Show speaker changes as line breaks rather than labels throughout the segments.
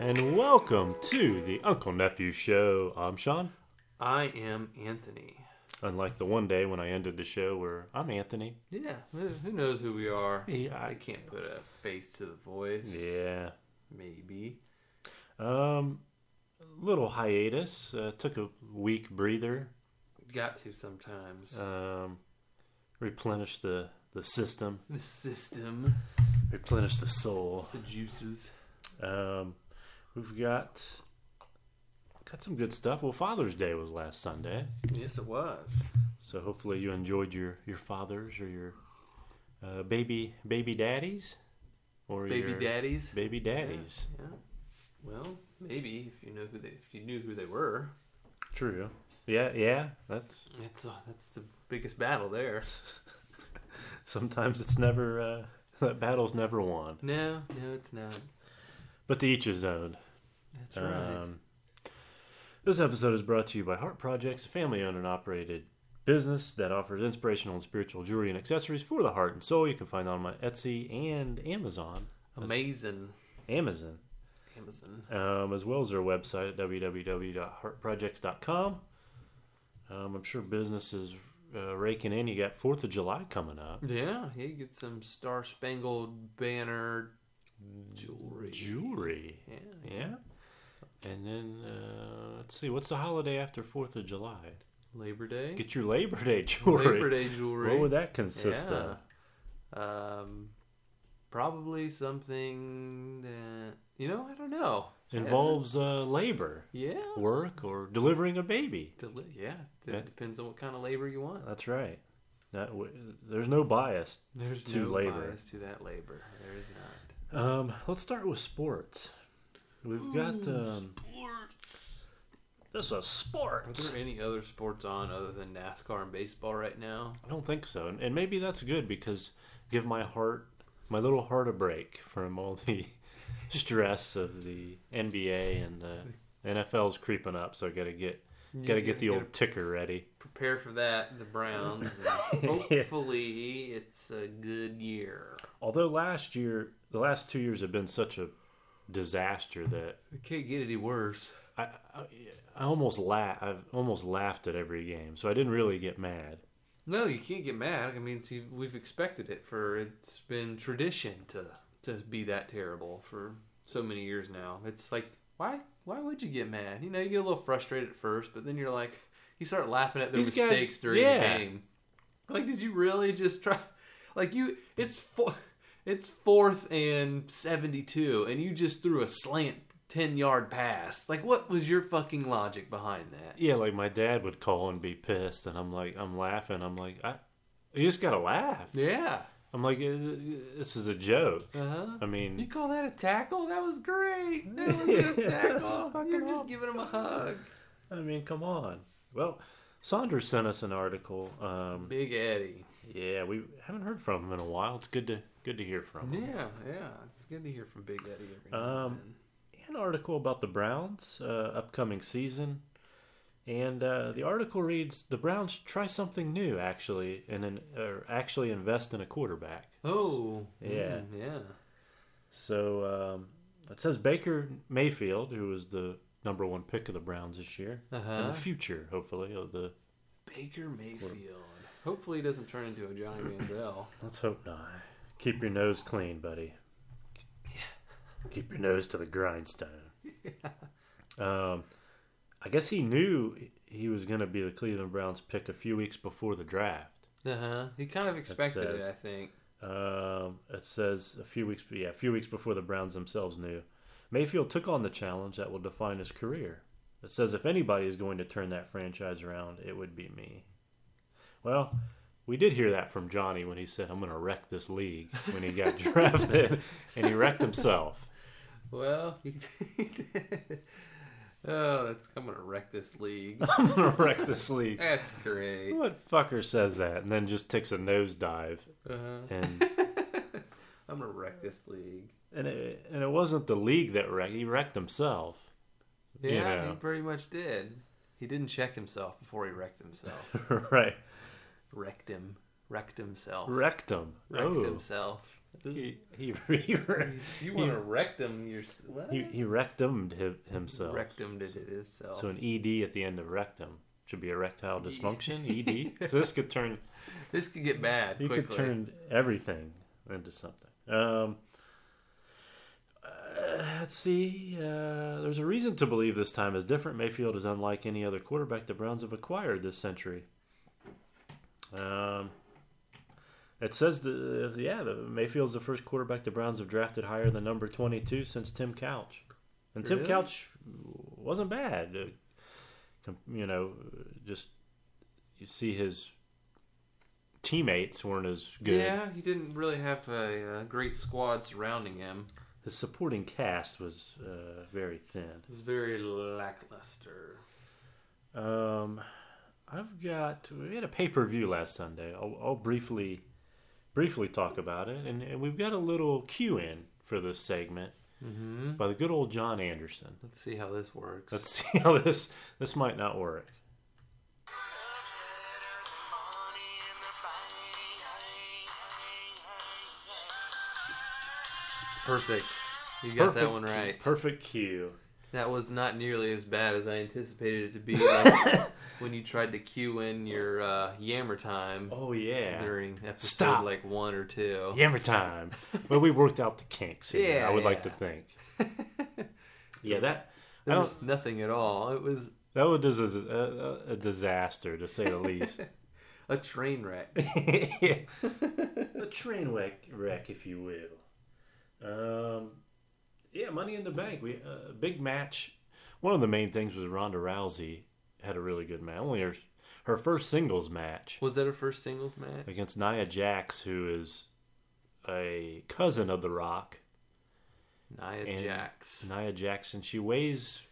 and welcome to the Uncle Nephew Show. I'm Sean.
I am Anthony.
Unlike the one day when I ended the show where I'm Anthony.
Yeah, who who knows who we are?
Yeah,
I
I-
can't put a face to the voice.
Yeah.
Maybe.
Um, little hiatus. Uh, took a week breather.
Got to sometimes.
Um, replenished the the system.
the system,
Replenished the soul.
the juices.
Um, we've got got some good stuff. Well, Father's Day was last Sunday,
Yes, it was.
so hopefully you enjoyed your your fathers or your uh, baby baby daddies or
Baby
your
daddies.
baby daddies.
Yeah. Well, maybe if you know who they, if you knew who they were.
True. Yeah, yeah. That's
That's uh, that's the biggest battle there.
sometimes it's never uh, that battle's never won,
No, no, it's not.
but to each his own.
That's right.
Um, This episode is brought to you by Heart Projects, a family owned and operated business that offers inspirational and spiritual jewelry and accessories for the heart and soul. You can find them on Etsy and Amazon.
Amazing.
Amazon.
Amazon.
Um, as well as their website at www.heartprojects.com. Um, I'm sure businesses uh, raking in. You got 4th of July coming up.
Yeah, yeah, you get some Star Spangled Banner jewelry.
Jewelry.
Yeah.
Yeah. And then, uh, let's see, what's the holiday after 4th of July?
Labor Day.
Get your Labor Day jewelry.
Labor Day jewelry.
What would that consist of?
Um, probably something that you know. I don't know.
Involves uh, labor,
Yeah.
work, or delivering a baby.
Deli- yeah. It
Yeah.
depends on what kind of labor you want.
That's right. That w- there's no bias.
There's
to
no
labor.
bias to that labor. There is not.
Um, let's start with sports. We've got um,
sports.
this is
Are
sports.
there any other sports on other than NASCAR and baseball right now?
I don't think so, and, and maybe that's good because give my heart, my little heart, a break from all the stress of the NBA and the NFL's creeping up. So I gotta get gotta get the old ticker ready.
prepare for that, the Browns. and hopefully, it's a good year.
Although last year, the last two years have been such a disaster that
It can't get any worse.
I, I, I almost la- I've almost laughed at every game, so I didn't really get mad.
No, you can't get mad. I mean, see, we've expected it for it's been tradition to to be that terrible for so many years now. It's like why why would you get mad? You know, you get a little frustrated at first, but then you're like, you start laughing at their
These guys-
mistakes during
yeah.
the game. Like, did you really just try? Like you, it's four, it's fourth and seventy two, and you just threw a slant ten yard pass. Like, what was your fucking logic behind that?
Yeah, like my dad would call and be pissed, and I'm like, I'm laughing. I'm like, I, you just gotta laugh.
Yeah.
I'm like, "Uh, this is a joke.
Uh huh.
I
You
mean,
call that a tackle? That was great. That was a good
That's
tackle.
fucking
You're just
awesome.
giving him a hug.
I mean, come on. Well, Saunders sent us an article. Um,
Big Eddie.
yeah, we haven't heard from him in a while. It's good to good to hear from him.
Yeah, yeah. It's good to hear from Big Eddie every now
Um, an article about the Browns' uh, upcoming season. And uh, the article reads The Browns try something new, actually, and an, or actually invest in a quarterback.
and then. Oh.
yeah.
mm, yeah.
So um, it says Baker Mayfield, who was the number one pick of the Browns this year, in
Uh-huh.
the future, hopefully. Of the
Baker Mayfield. Hopefully he doesn't turn into a Johnny Manziel.
Let's hope not. Keep your nose clean, buddy. Keep your nose to the grindstone. Um, I guess he knew he was going to be the Cleveland Browns pick a few weeks before the draft.
Uh huh. He kind of expected it,
says-
I think.
Um, it says a few weeks, yeah, a few weeks before the Browns themselves knew. Mayfield took on the challenge that will define his career. It says if anybody is going to turn that franchise around, it would be me. Well, we did hear that from Johnny when he said, "I'm going to wreck this league" when he got drafted, and he wrecked himself.
Well, he did. Oh, that's I'm gonna wreck this league.
I'm going to wreck this league.
That's great.
What fucker says that and then just takes a nosedive
Uh-huh.
and
I'm gonna wreck this league.
and it, and it wasn't the league that wrecked. He wrecked himself.
Yeah,
you know.
he pretty much did. He didn't check himself before he wrecked himself.
right.
wrecked him. Wrecked himself.
Rectum.
Wrecked
oh.
himself.
He he he,
You want to rectum your what?
he, he rectumed hi- himself.
Rectum oh. did it itself.
So an ED at the end of rectum should be erectile dysfunction. ED. So this could turn
this could get bad
you
quickly.
could turn everything into something. Um, uh, let's see. Uh, there's a reason to believe this time is different. Mayfield is unlike any other quarterback the Browns have acquired this century. Um, it says the uh, yeah, the, Mayfield's the first quarterback the Browns have drafted higher than number 22 since Tim Couch, and Tim
Really?
Couch wasn't bad. Uh, com- you know, just you see his teammates weren't as good.
Yeah, he didn't really have a, uh great squad surrounding him.
His supporting cast was uh, very thin.
It was very lackluster.
Um, I've got we had a pay per view last Sunday. I'll, I'll briefly briefly talk about it, and, and we've got a little cue in for this segment
Mm-hmm.
by the good old John Anderson.
Let's see how this works.
Let's see how this this might not work.
Perfect. You got
Perfect
that one
cue-
right.
Perfect cue.
That was not nearly as bad as I anticipated it to be. Like when you tried to cue in your uh, yammer time
Oh yeah,
during episode
Stop.
like one or two.
yammer time. well, we worked out the kinks here.
Yeah,
I would like to
yeah.
think. Yeah, that I
There
don't-
was nothing at all. It was
that was just a, uh, a, a disaster to say the least.
a train wreck.
a train wreck, wreck if you will. Um, yeah, Money in the Bank. We uh, big match. One of the main things was Ronda Rousey had a really good match. Only her her first singles match
Was that her first singles match?
against Nia Jax, who is a cousin of The Rock.
Nia
And-
Jax.
Nia Jackson. She weighs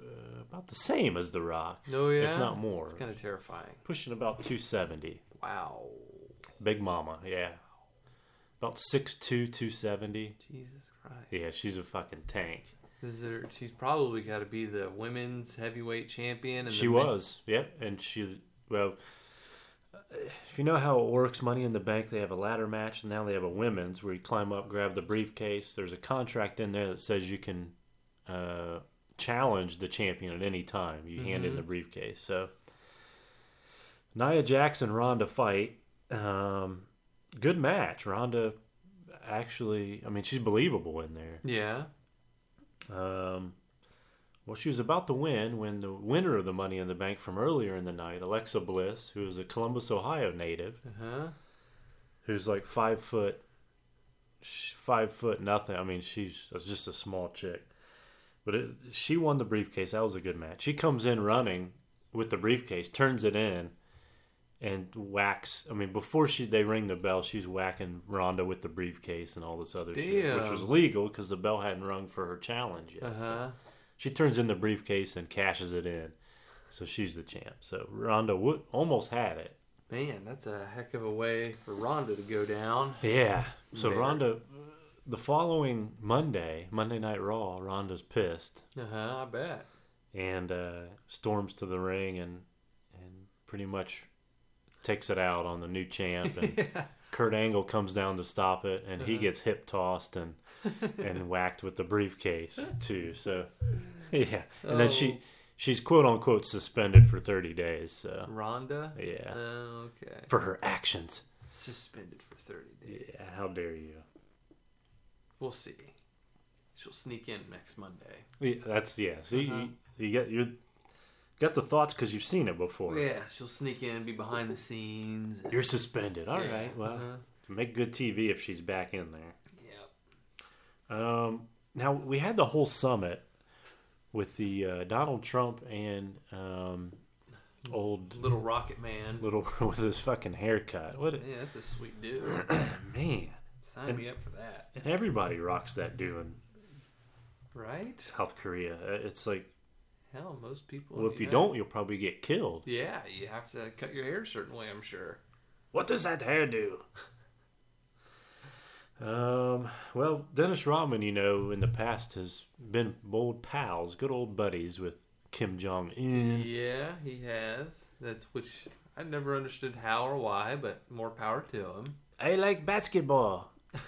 uh, about the same as The Rock,
No, yeah.
if not more.
It's kind of terrifying.
Pushing about two seventy.
Wow.
Big Mama, yeah. About 6'2", 270.
Jesus Christ.
Yeah, she's a fucking tank.
Is there, she's probably got to be the women's heavyweight champion. And
She
the men-
was, yep. And she, well, if you know how it works, Money in the Bank, they have a ladder match, and now they have a women's where you climb up, grab the briefcase. There's a contract in there that says you can uh, challenge the champion at any time. You hand in the briefcase. So Nia Jackson, Ronda fight. Um, good match. Ronda actually, I mean, she's believable in there.
Yeah.
Um, well, she was about to win when the winner of the Money in the Bank from earlier in the night, Alexa Bliss, who is a Columbus, Ohio native,
Uh huh.
who's like five foot, sh- five foot nothing. I mean, she's just a small chick, but it, she won the briefcase. That was a good match. She comes in running with the briefcase, turns it in, and whacks. I mean, before she they ring the bell, she's whacking Ronda with the briefcase and all this other shit, which
Damn.
was legal because the bell hadn't rung for her challenge yet.
Uh
so.
huh.
She turns in the briefcase and cashes it in. So she's the champ. So Ronda would, almost had it.
Man, that's a heck of a way for Rhonda to go down.
Yeah. So
There.
Ronda, the following Monday, Monday Night Raw, Ronda's pissed
Uh huh. I bet.
and uh, storms to the ring and and pretty much takes it out on the new champ. And Kurt Angle comes down to stop it, and he
Uh-huh.
gets hip tossed and and whacked with the briefcase too. So yeah, and then
Oh.
she she's quote unquote suspended for thirty days. So.
Rhonda.
Yeah.
Oh, okay.
For her actions.
Suspended for thirty days.
Yeah, how dare you?
We'll see. She'll sneak in next Monday.
Yeah, that's yeah. See,
Uh-huh.
you, you got you got the thoughts because you've seen it before.
Yeah, she'll sneak in, be behind the scenes.
You're suspended. All right.
Yeah,
Well,
uh-huh.
make good TV if she's back in there.
Yep.
Um, now we had the whole summit with the uh, Donald Trump and um, old
Little Rocket Man.
little with his fucking haircut. What a
Yeah, that's a sweet dude.
man!
Sign me up for that.
And everybody rocks that dude in
Right?
South Korea. Uh, It's like,
Hell, most people.
well,
in
if
the
you
United-
don't, you'll probably get killed.
Yeah, you have to cut your hair a certain way, I'm sure.
What does that hair do? Um, well, Dennis Rodman, you know, in the past has been old pals, good old buddies with Kim Jong Un.
Yeah, he has. That's which I never understood how or why, but more power to him.
I like basketball.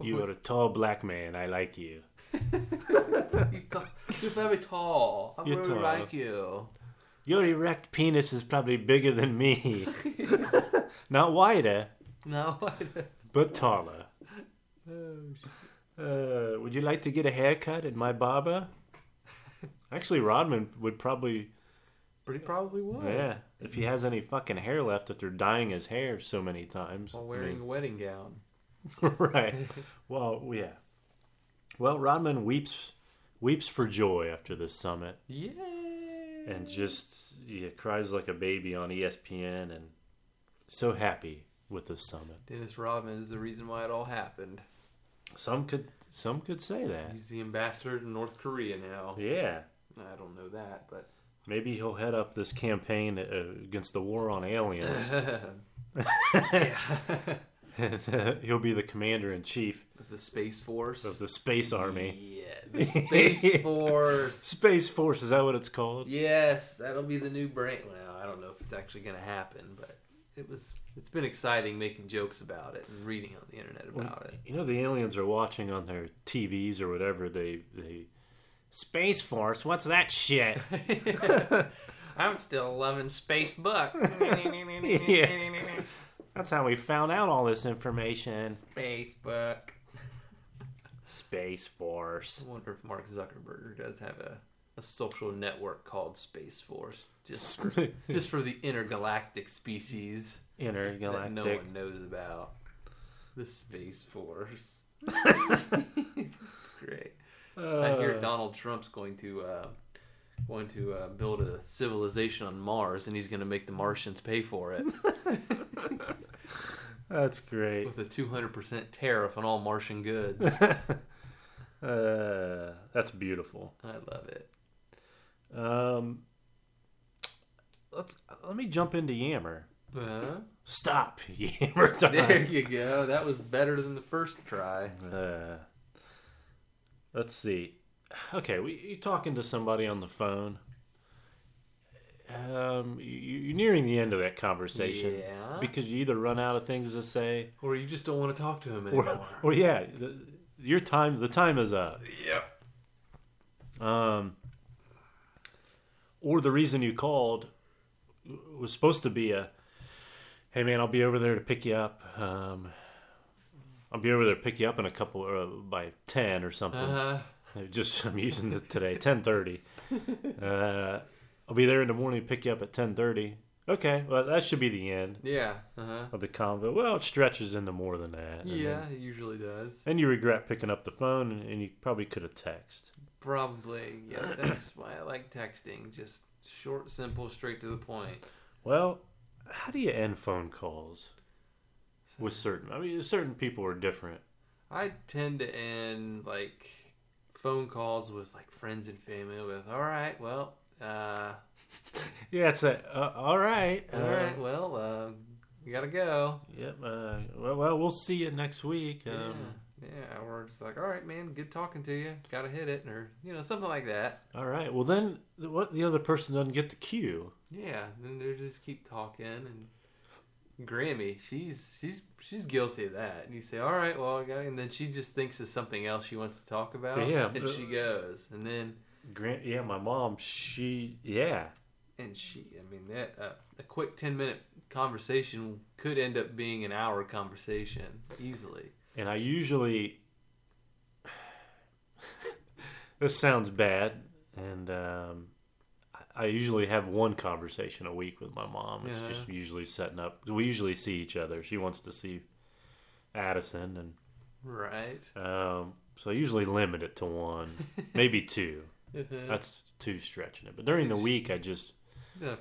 You are a tall black man. I like you.
You're ta- you're very tall. I
You're
really
tall.
like you.
Your erect penis is probably bigger than me. Not wider,
No. I
but taller.
don't.
Uh, would you like to get a haircut at my barber? Actually, Rodman would probably,
But he probably would.
yeah, if he has any fucking hair left after dyeing his hair so many times. I
While
mean-
wearing a wedding gown.
right. Well, yeah. Well, Rodman weeps weeps for joy after this summit
Yay!
and
Mm.
just yeah, cries like a baby on E ESPN and so happy with this summit.
Dennis Rodman is the reason why it all happened.
Some could some could say that.
He's the ambassador to North Korea now.
Yeah.
I don't know that, but
Maybe he'll head up this campaign uh, against the war on aliens.
Yeah.
and, uh, he'll be the commander in chief
the Space Force.
of the space army.
Yeah, the Space Force.
Space Force is that what it's called?
Yes, that'll be the new brand. Well, I don't know if it's actually going to happen, but it was. It's been exciting making jokes about it and reading on the internet about it.
You know the aliens are watching on their TVs or whatever they they Space Force, what's that shit?
I'm still loving Space Buck.
Yeah. That's how we found out all this information.
Space Buck.
Space Force.
I wonder if Mark Zuckerberg does have a, a social network called Space Force, just for, just for the intergalactic species that
Intergalactic.
no one knows about. The Space Force. it's great. I hear
Uh,
Donald Trump's going to uh, going to uh, build a civilization on Mars, and he's going to make the Martians pay for it
That's great.
with a 200% tariff on all Martian goods.
Uh, that's beautiful.
I love it.
Um, let's let me jump into Yammer.
Uh,
Stop Yammer
there
time.
you go. That was better than the first try.
Uh, let's see. Okay, we, you're talking to somebody on the phone. Um, you, you're nearing the end of that conversation
Yeah.
because you either run out of things to say,
or you just don't want to talk to him
or,
anymore.
or yeah, the, your time the time is up.
yeah.
Um, or the reason you called was supposed to be a, hey man, I'll be over there to pick you up. Um, I'll be over there to pick you up in a couple uh, by ten or something.
Uh,
Just I'm using this today, ten thirty. uh, I'll be there in the morning to pick you up at ten thirty. Okay, well that should be the end
yeah. Uh-huh.
of the convo. Well, it stretches into more than that. and
Yeah,
then-
it usually does.
and you regret picking up the phone, and, and you probably could have texted.
Probably. Yeah, that's why I like texting. Just short, simple, straight to the point.
Well, how do you end phone calls with certain? I mean, certain people are different.
I tend to end like phone calls with like friends and family with, all right, well, uh,
Yeah, it's a uh, all right,
all right, well, uh, you gotta go.
Yep. Uh, well, well, we'll see you next week. Um,
yeah, yeah, or just like, all right, man, good talking to you. Gotta hit it, or you know, something like that.
All right. Well, then the- what? The other person doesn't get the cue.
Yeah, then they just keep talking and Grammy, she's she's she's guilty of that. And you say, "All right, well, I got," and then she just thinks of something else she wants to talk about,
Yeah,
and
but-
she goes, and then
Grant. Yeah, my mom. She. Yeah.
and she, I mean, that uh, a quick ten minute conversation could end up being an hour conversation easily.
And I usually. this sounds bad, and um, I- I usually have one conversation a week with my mom. It's
Yeah.
just usually setting up. We usually see each other. She wants to see Addison,
Right?
and um, so I usually limit it to one, maybe two.
Enough
That's too stretching it. But during the week, I just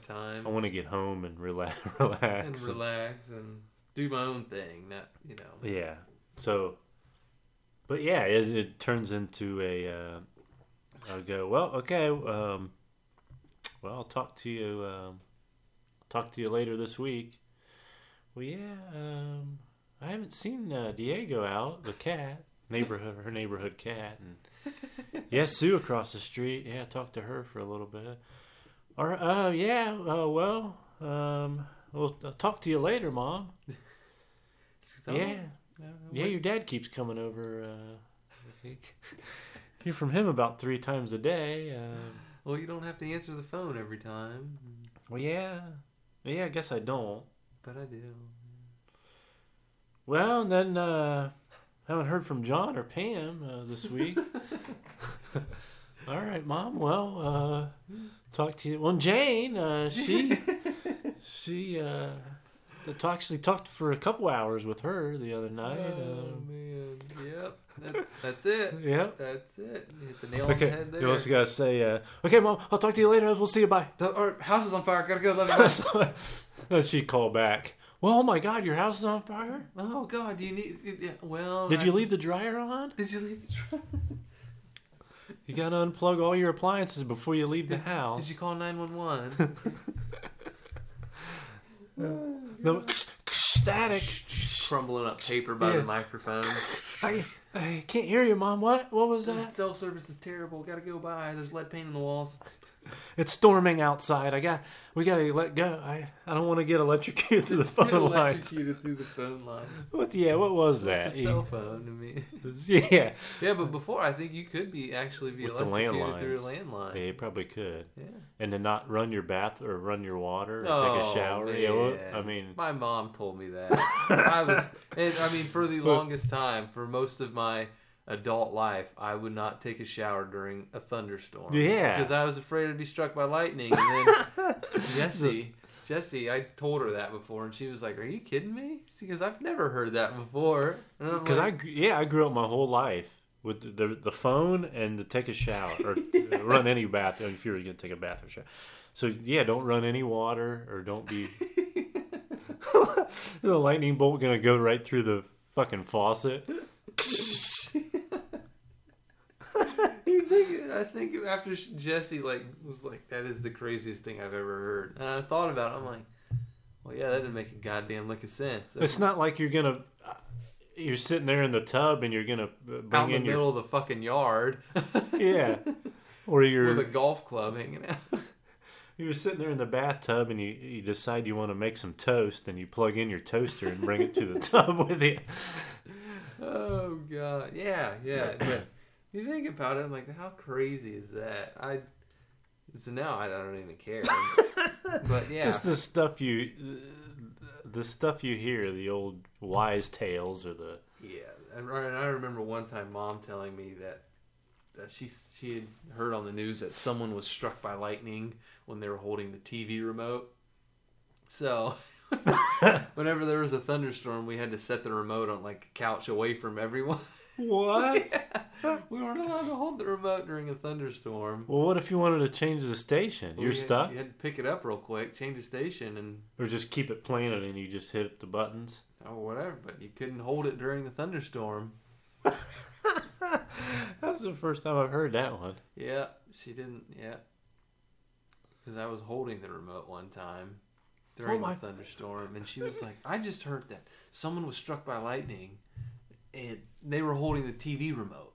time
I want to get home and relax. relax.
and relax and do my own thing. Not you know,
Yeah. So, but yeah, it, it turns into a. Uh, I'll go. Well, okay. Um, well, I'll talk to you. Um, talk to you later this week. Well, yeah. Um, I haven't seen uh, Diego out the cat neighborhood her neighborhood cat and yeah Sue across the street yeah talk to her for a little bit or oh yeah uh, well um we'll I'll talk to you later mom
So,
yeah.
No,
Yeah,
wait.
your dad keeps coming over. Uh, hear from him about three times a day. Uh,
well, you don't have to answer the phone every time,
well, yeah, yeah. I guess I don't.
but I do.
Well, and then uh, haven't heard from John or Pam uh, this week. All right, Mom. Well, uh, talk to you. Well, Jane, uh, she she uh, the talk, actually talked for a couple hours with her the other night.
oh
Um,
man, yep, that's that's it.
yeah.
That's it. You hit the nail on the
Okay.
head there.
You also gotta say, uh, okay, Mom. I'll talk to you later. We'll see you. Bye.
The- our house is on fire. Gotta go. Love you. bye.
she called back. Well, oh my God, your house is on fire.
oh God, do you need? it- yeah, Well,
Did
Oh, I-
you leave the dryer on?
Did you leave? The truck?
You gotta unplug all your appliances before you leave the house.
Did you call nine one one?
No, static.
Crumbling up paper by
Yeah.
the microphone.
I, I can't hear you, Mom. What? What was that?
Cell service is terrible. Gotta go by. There's lead paint in the walls.
It's storming outside. I got. We gotta let go. I. I don't want to get electrocuted through the phone lines.
Electrocuted through the phone lines.
What? Yeah. What was that?
It's a cell phone to me.
Yeah.
Yeah, but before I think you could be actually be
With the
electrocuted
landlines.
through a landline.
Yeah, you probably could.
Yeah.
And to not run your bath or run your water or take
Oh,
a shower. Yeah. Well,
man.
I mean.
My mom told me that. I was, and, I mean, for the longest time, for most of my adult life, I would not take a shower during a thunderstorm.
Yeah.
because I was afraid I'd be struck by lightning. And then Jesse, Jesse, I told her that before, and she was like, "Are you kidding me?" Because I've never heard that before. And I'm
Because I
like,
gr- yeah I grew up my whole life with the the, the phone and to take a shower or run any bath if you were gonna take a bath or shower. So yeah, don't run any water or don't be the lightning bolt gonna go right through the fucking faucet.
I think, I think after sh- Jesse like was like, "That is the craziest thing I've ever heard," and I thought about it. I'm like, "Well, yeah, that didn't make a goddamn lick of sense."
It's not like you're gonna uh, you're sitting there in the tub and you're gonna uh, bring
out in the
in your
middle of the fucking yard
yeah. Or
with a
you're
golf club hanging out.
you're sitting there in the bathtub and you, you decide you want to make some toast and you plug in your toaster and bring it to the tub with you.
oh god, yeah, yeah. yeah. you think about it, I'm like, how crazy is that? I so now I don't even care. but yeah,
Just the stuff you, the stuff you hear, the old wise tales or the
yeah. And I and I remember one time mom telling me that. That she she had heard on the news that someone was struck by lightning when they were holding the TV remote. So whenever there was a thunderstorm, we had to set the remote on like a couch away from everyone.
what?
We weren't allowed to hold the remote during a thunderstorm.
Well, what if you wanted to change the station?
We
You're
had-
stuck,
You had to pick it up real quick, change the station, and
or just keep it playing and you just hit the buttons.
oh whatever. But you couldn't hold it during the thunderstorm.
That's the first time I've heard that one.
Yeah, she didn't. Yeah, because I was holding the remote one time during
Oh my-
the thunderstorm, and she was like, "I just heard that someone was struck by lightning, and they were holding the TV remote."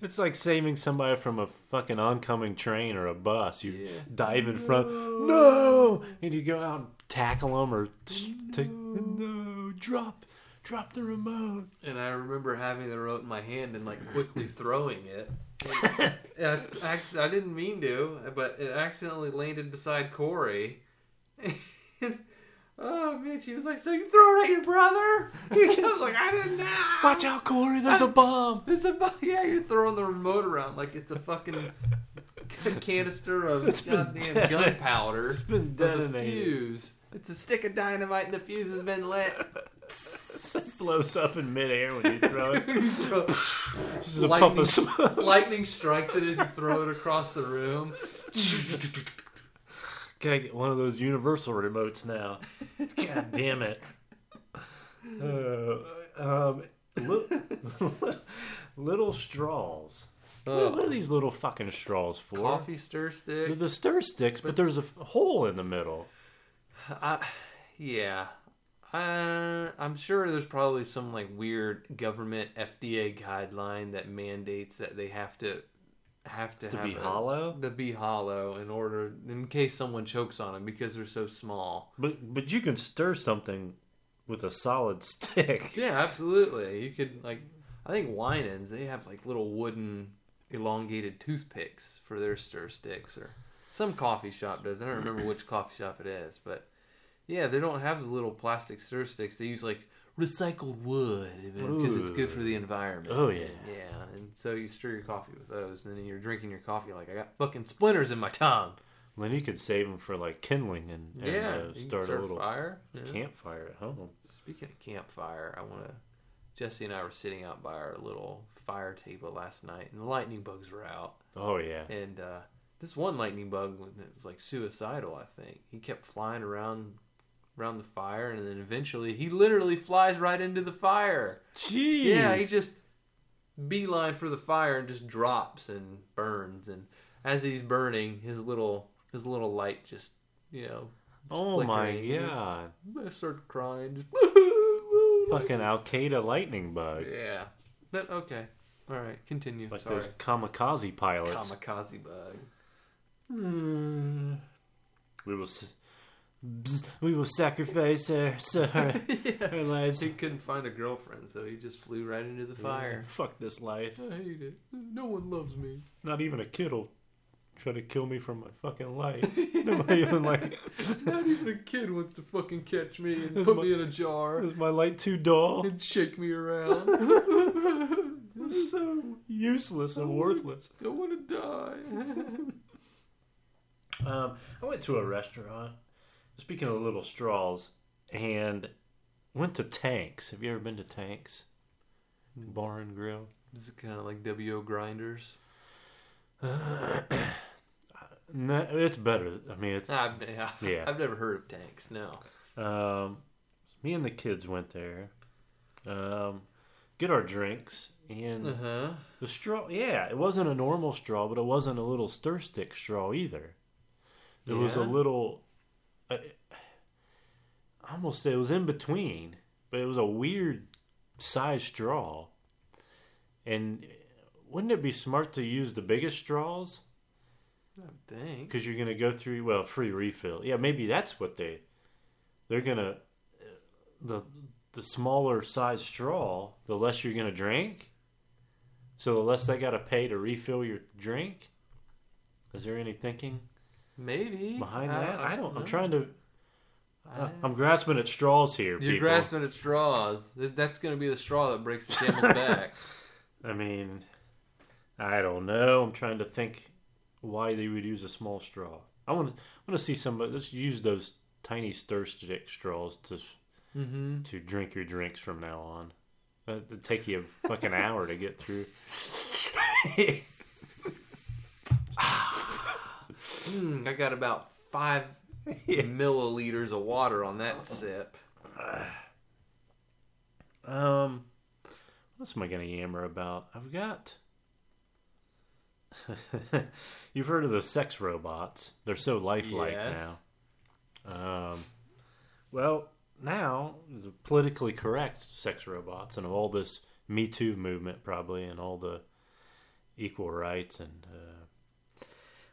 It's like saving somebody from a fucking oncoming train or a bus. You
Yeah.
dive in front, no, and you go out and tackle them or t- take- no, drop, drop the remote.
And I remember having the remote in my hand and like quickly throwing it. And I, acc- I didn't mean to, but it accidentally landed beside Corey. And, oh man, she was like, "So you throw it at your brother?" I was like, "I didn't know."
Watch out, Corey! There's a bomb.
It's a bu- yeah, you're throwing the remote around like it's a fucking canister of
It's been
goddamn
dead.
gunpowder.
It's been
with a
detonated.
fuse. It's a stick of dynamite, and the fuse has been lit.
blows up in midair when you throw it.
So-
This is a
Lightning.
puff of smoke.
Lightning strikes it as you throw it across the room.
Gotta get one of those universal remotes now. God damn it. Uh, um, li- little straws. What, what are these little fucking straws for?
Coffee
They're
stir stick.
the stir sticks, but there's a f- hole in the middle.
I, yeah. Uh, I'm sure there's probably some like weird government FDA guideline that mandates that they have to have to,
To
have
be
a-
hollow?
To be hollow in order in case someone chokes on them because they're so small.
But but you can stir something with a solid stick.
Yeah, absolutely. You could like, I think Winans they have like little wooden elongated toothpicks for their stir sticks, or some coffee shop does. I don't remember which coffee shop it is, but yeah, they don't have the little plastic stir sticks. They use like recycled wood because it's good for the environment.
Oh, yeah.
yeah. And so you stir your coffee with those, and then you're drinking your coffee like I got fucking splinters in my tongue.
Then you could save them for like kindling and, and
yeah,
uh,
you can
start a little
fire. Yeah.
campfire at home.
Speaking of campfire, I want to. Jesse and I were sitting out by our little fire table last night, and the lightning bugs were out.
Oh yeah,
And uh, this one lightning bug was like suicidal. I think he kept flying around, around the fire, and then eventually he literally flies right into the fire.
jeez.
Yeah, he just beeline for the fire and just drops and burns. And as he's burning, his little his little light just you know.
oh my
flickering.
god,
I started crying. Just
fucking Al Qaeda lightning bug,
Yeah. But okay. All right. Continue.
like
Sorry.
those kamikaze pilots. Hmm.
Kamikaze bug.
we will, s- bzz, we will sacrifice her, so her, her lives.
He couldn't find a girlfriend, so he just flew right into the fire.
Fuck this life.
I hate it. No one loves me.
Not even a kid'll try to kill me from my fucking life. Nobody even like.
Not even a kid wants to fucking catch me and
This
put
mu-
me in a jar
Is my light too dull?
and shake me around. I
I'm so useless
Oh
and worthless.
want to die.
Um, I went to a restaurant. Speaking of little straws, and went to Tanks. Have you ever been to Tanks? Bar and Grill.
Is it kind of like W.O. Grinders?
No, it's better. I mean, it's
I've, yeah.
Yeah.
I've never heard of tanks, no.
um, me and the kids went there. Um, get our drinks and
Uh huh.
the straw. Yeah, it wasn't a normal straw, but it wasn't a little stir stick straw either. It was a
Yeah.
little. I, I almost say it was in between, but it was a weird size straw. And wouldn't it be smart to use the biggest straws?
I would think.
because you're gonna go through well free refill. Yeah, maybe that's what they they're gonna the the smaller size straw, the less you're gonna drink. So the less they gotta pay to refill your drink. Is there any thinking
Maybe.
behind that? I don't.
know.
I'm trying to. uh,
I-
I'm grasping at straws here,
You're
people.
grasping at straws. Th- That's going to be the straw that breaks the camel's back.
I mean, I don't know. I'm trying to think why they would use a small straw. I want to. I want to see somebody. Let's use those tiny stir stick straws to
Mm-hmm.
to drink your drinks from now on. Uh, It'd take you a fucking hour to get through.
Mm, I got about five milliliters of water on that sip.
Um, what else am I gonna yammer about? I've got. You've heard of the sex robots? They're so lifelike
Yes.
now. Um, well, now the politically correct sex robots and all this Me Too movement, probably, and all the equal rights and. Uh,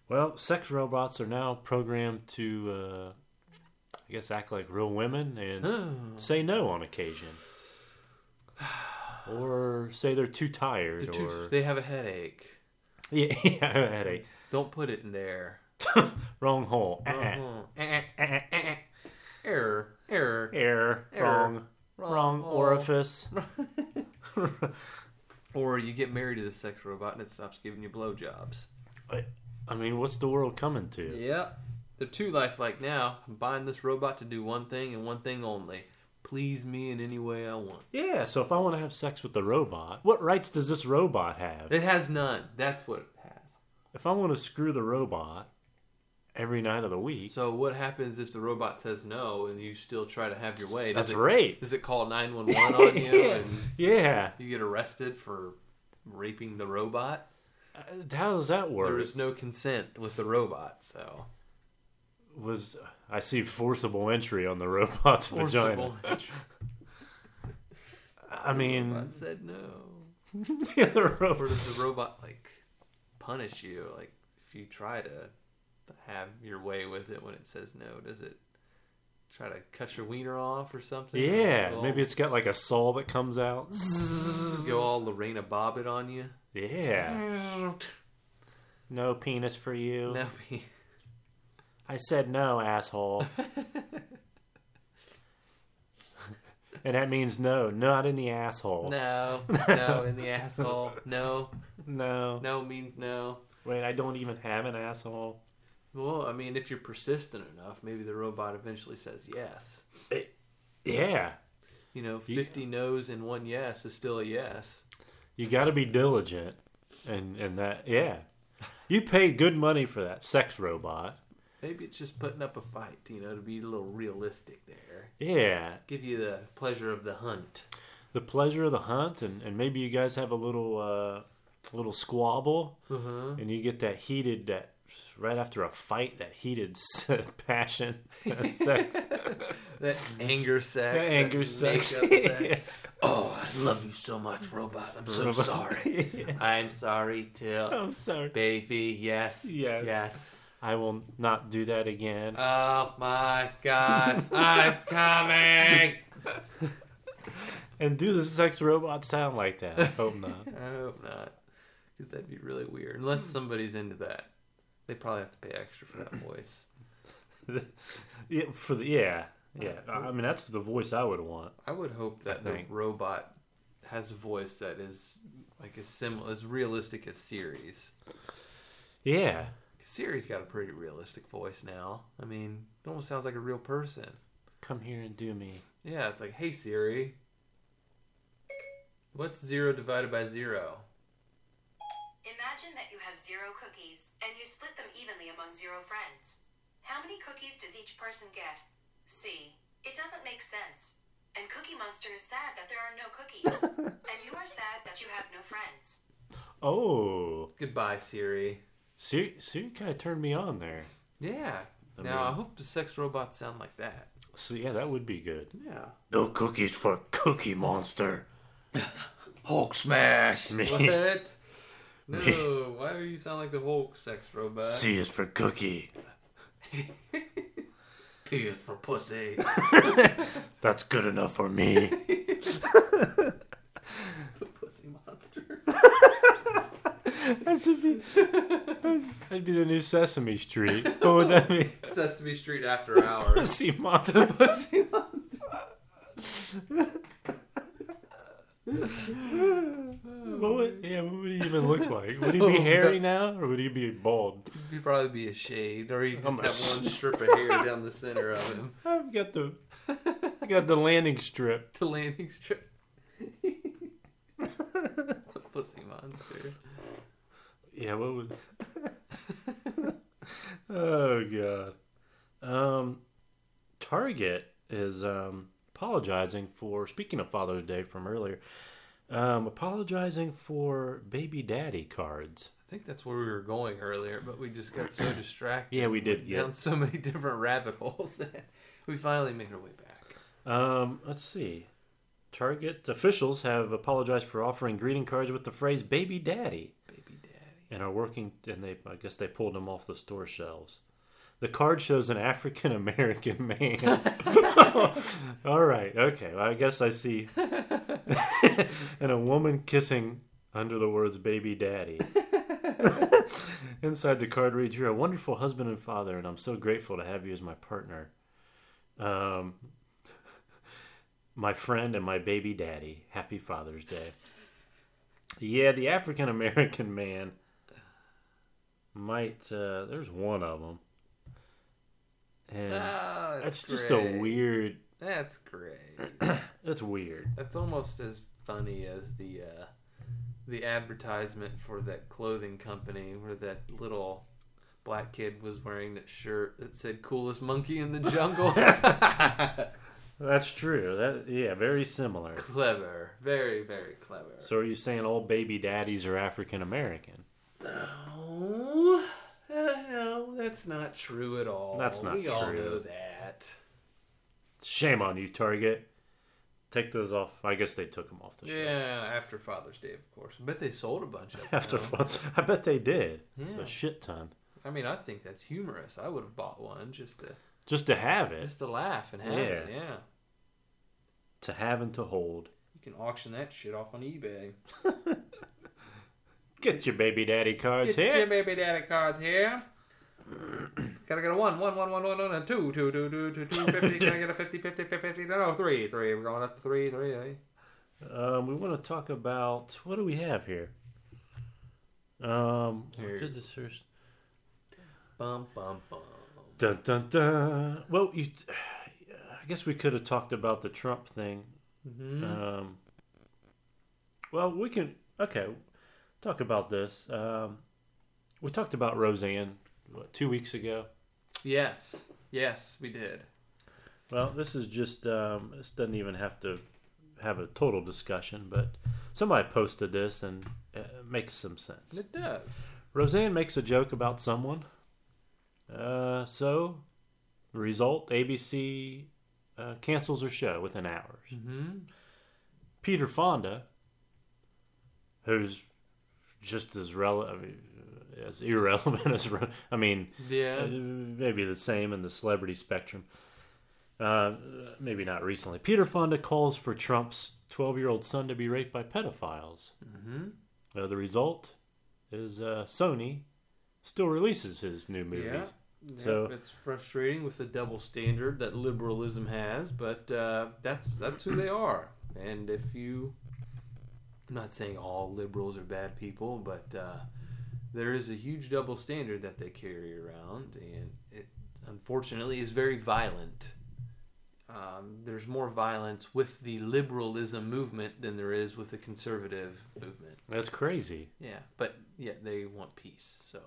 well, sex robots are now programmed to, uh, I guess, act like real women and
Oh,
say no on occasion, or say they're too tired,
the two-
or
they have a headache.
yeah, yeah, I had a
Don't put it in there.
wrong hole, Uh-uh.
Uh-huh. Eh, eh, eh, eh, eh. Error. Error.
error,
Error.
wrong, wrong
hole.
orifice.
Or you get married to the sex robot and it stops giving you blowjobs.
I mean, what's the world coming to?
Yep. They're too lifelike now. Combine this robot to do one thing and one thing only. Please me in any way I want.
Yeah, so if I want to have sex with the robot, what rights does this robot have?
It has none. That's what it has.
If I want to screw the robot every night of the week,
So what happens if the robot says no and you still try to have your way? Does
that's
it,
rape.
Does it call 911 on you
Yeah.
and
Yeah,
you get arrested for raping the robot?
Uh, how does that work?
There is no consent with the robot, so.
Was I see forcible entry on the robot's vagina?
Forcible.
I mean,
The robot said no.
Yeah, the robot.
Or does the robot like punish you? Like if you try to have your way with it when it says no, does it try to cut your wiener off or something.
Yeah,
Go
maybe it's got like a saw that comes out.
all- go all Lorena Bobbitt on you.
Yeah. No penis for you.
Now be-
I said no, asshole. and that means no, not in the asshole.
no, no, in the asshole. No,
No.
no means no.
Wait, I don't even have an asshole.
Well, I mean, if you're persistent enough, maybe the robot eventually says yes.
Yeah.
You know,
You-
50 no's and one yes is still a yes.
You got to be diligent, and and that yeah, you paid good money for that sex robot.
Maybe it's just putting up a fight, you know, to be a little realistic there.
Yeah,
Give you the pleasure of the hunt.
the pleasure of the hunt, and and maybe you guys have a little uh, little squabble,
Uh-huh.
and you get that heated that right after a fight that heated passion, that sex,
That anger sex.
that anger sex.
makeup sex. oh, I love you so much, robot. I'm so
Robot.
sorry.
Yeah.
I'm sorry too.
I'm sorry.
Baby, yes.
Yes.
Yes.
I will not do that again.
Oh my god. I'm coming.
And do the sex robot sound like that? I hope not.
I hope not. Because that'd be really weird. Unless somebody's into that. They probably have to pay extra for that voice.
Yeah, for the yeah, yeah.
Alright, cool.
I mean, that's the voice I would want.
I would hope that the
think.
robot has a voice that is like as similar as realistic as Siri's.
Yeah.
Siri's got a pretty realistic voice now. I mean, it almost sounds like a real person.
Come here and do me.
Yeah, it's like, hey Siri, what's zero divided by zero?
Imagine that you have zero cookies and you split them evenly among zero friends. How many cookies does each person get? See, it doesn't make sense. And Cookie Monster is sad that there are no cookies. and you are sad that you have no friends.
Oh,
Goodbye, Siri.
Siri, Siri kind of turned me on there.
Yeah.
I
now I
mean-
hope the sex robots sound like that.
So yeah, that would be good.
Yeah.
No cookies for Cookie Monster.
Hulk smash.
Me.
What? No. Why do you sound like the Hulk sex robot?
is for Cookie.
P is for pussy.
That's good enough for me.
the pussy monster.
that should be. That'd be the new Sesame Street. What would that be?
Sesame Street after hours.
Pussy Monster.
pussy monster.
What would, yeah, what would he even look like? Would he be hairy now, or would he be bald?
He'd probably be a shade, or he'd just
I'm
have
a
one
s-
strip of hair down the center of him.
I've got the, I got the landing strip.
The landing strip. pussy monster.
Yeah, what would? oh god. Um, Target is um apologizing for speaking of Father's Day from earlier. Um, apologizing for baby daddy cards.
I think that's where we were going earlier, but we just got so distracted.
Yeah, we did
Went
get.
down so many different rabbit holes that we finally made our way back.
Um, let's see. Target officials have apologized for offering greeting cards with the phrase "baby daddy."
Baby daddy.
and are working and they I guess they pulled them off the store shelves. The card shows an African American man. All right, okay. Well, I guess I see and a woman kissing under the words baby daddy. Inside the card reads, You're a wonderful husband and father, and I'm so grateful to have you as my partner. Um my friend and my baby daddy. Happy Father's Day. Yeah, the African American man might uh there's one of them and
Ah,
that's just a
great.
weird
That's great.
that's weird
That's almost as funny as the uh, the advertisement for that clothing company where that little black kid was wearing that shirt that said "coolest monkey in the jungle."
that's true that yeah very similar
clever, very very clever.
so are you saying all baby daddies are african american
No, uh, no, that's not true at all.
That's not
we all
true.
know that.
shame on you target take those off i guess they took them off the shelves.
Yeah, after Father's Day, of course. I bet they sold a bunch of. them,
after
though.
fun i bet they did
Yeah.
a shit ton
I mean, I think that's humorous. I would have bought one just to
Just to have it,
Just to laugh and have it.
Yeah.
Yeah.
to have and to hold.
You can auction that shit off on eBay.
Get your baby daddy cards
Get
here.
your baby daddy cards here. Gotta get a one, one, one, one, one, one, and two, two, two, two, two, two, fifty. Can I get a fifty, fifty, fifty, fifty? No, no, three, three. We're going up to three, three, eh? three.
Um, we want to talk about what do we have here? Um,
Here.
did this first?
Bum, bum, bum.
Dun dun dun. Well, you. I guess we could have talked about the Trump thing.
Mm-hmm.
Um, well, we can. Okay, talk about this. Um, we talked about Roseanne what, two weeks ago.
yes, yes, we did.
Well, this is just um, this doesn't even have to have a total discussion, but somebody posted this and uh, it makes some sense.
It does.
Roseanne makes a joke about someone. Uh, so, result: ABC uh, cancels her show within hours.
Mm-hmm.
Peter Fonda, who's just as rele- I mean, as irrelevant as Ro- I mean,
Yeah.
uh, maybe the same in the celebrity spectrum. Uh, maybe not recently. Peter Fonda calls for Trump's 12 year old son to be raped by pedophiles.
Mm-hmm.
Uh, the result is uh, Sony still releases his new movies.
Yeah.
So-
Yep, it's frustrating with the double standard that liberalism has, but uh, that's that's who they are. And if you, I'm not saying all liberals are bad people, but uh, there is a huge double standard that they carry around, and it unfortunately is very violent. Um, there's more violence with the liberalism movement than there is with the conservative movement.
That's crazy.
Yeah, but yeah, they want peace, so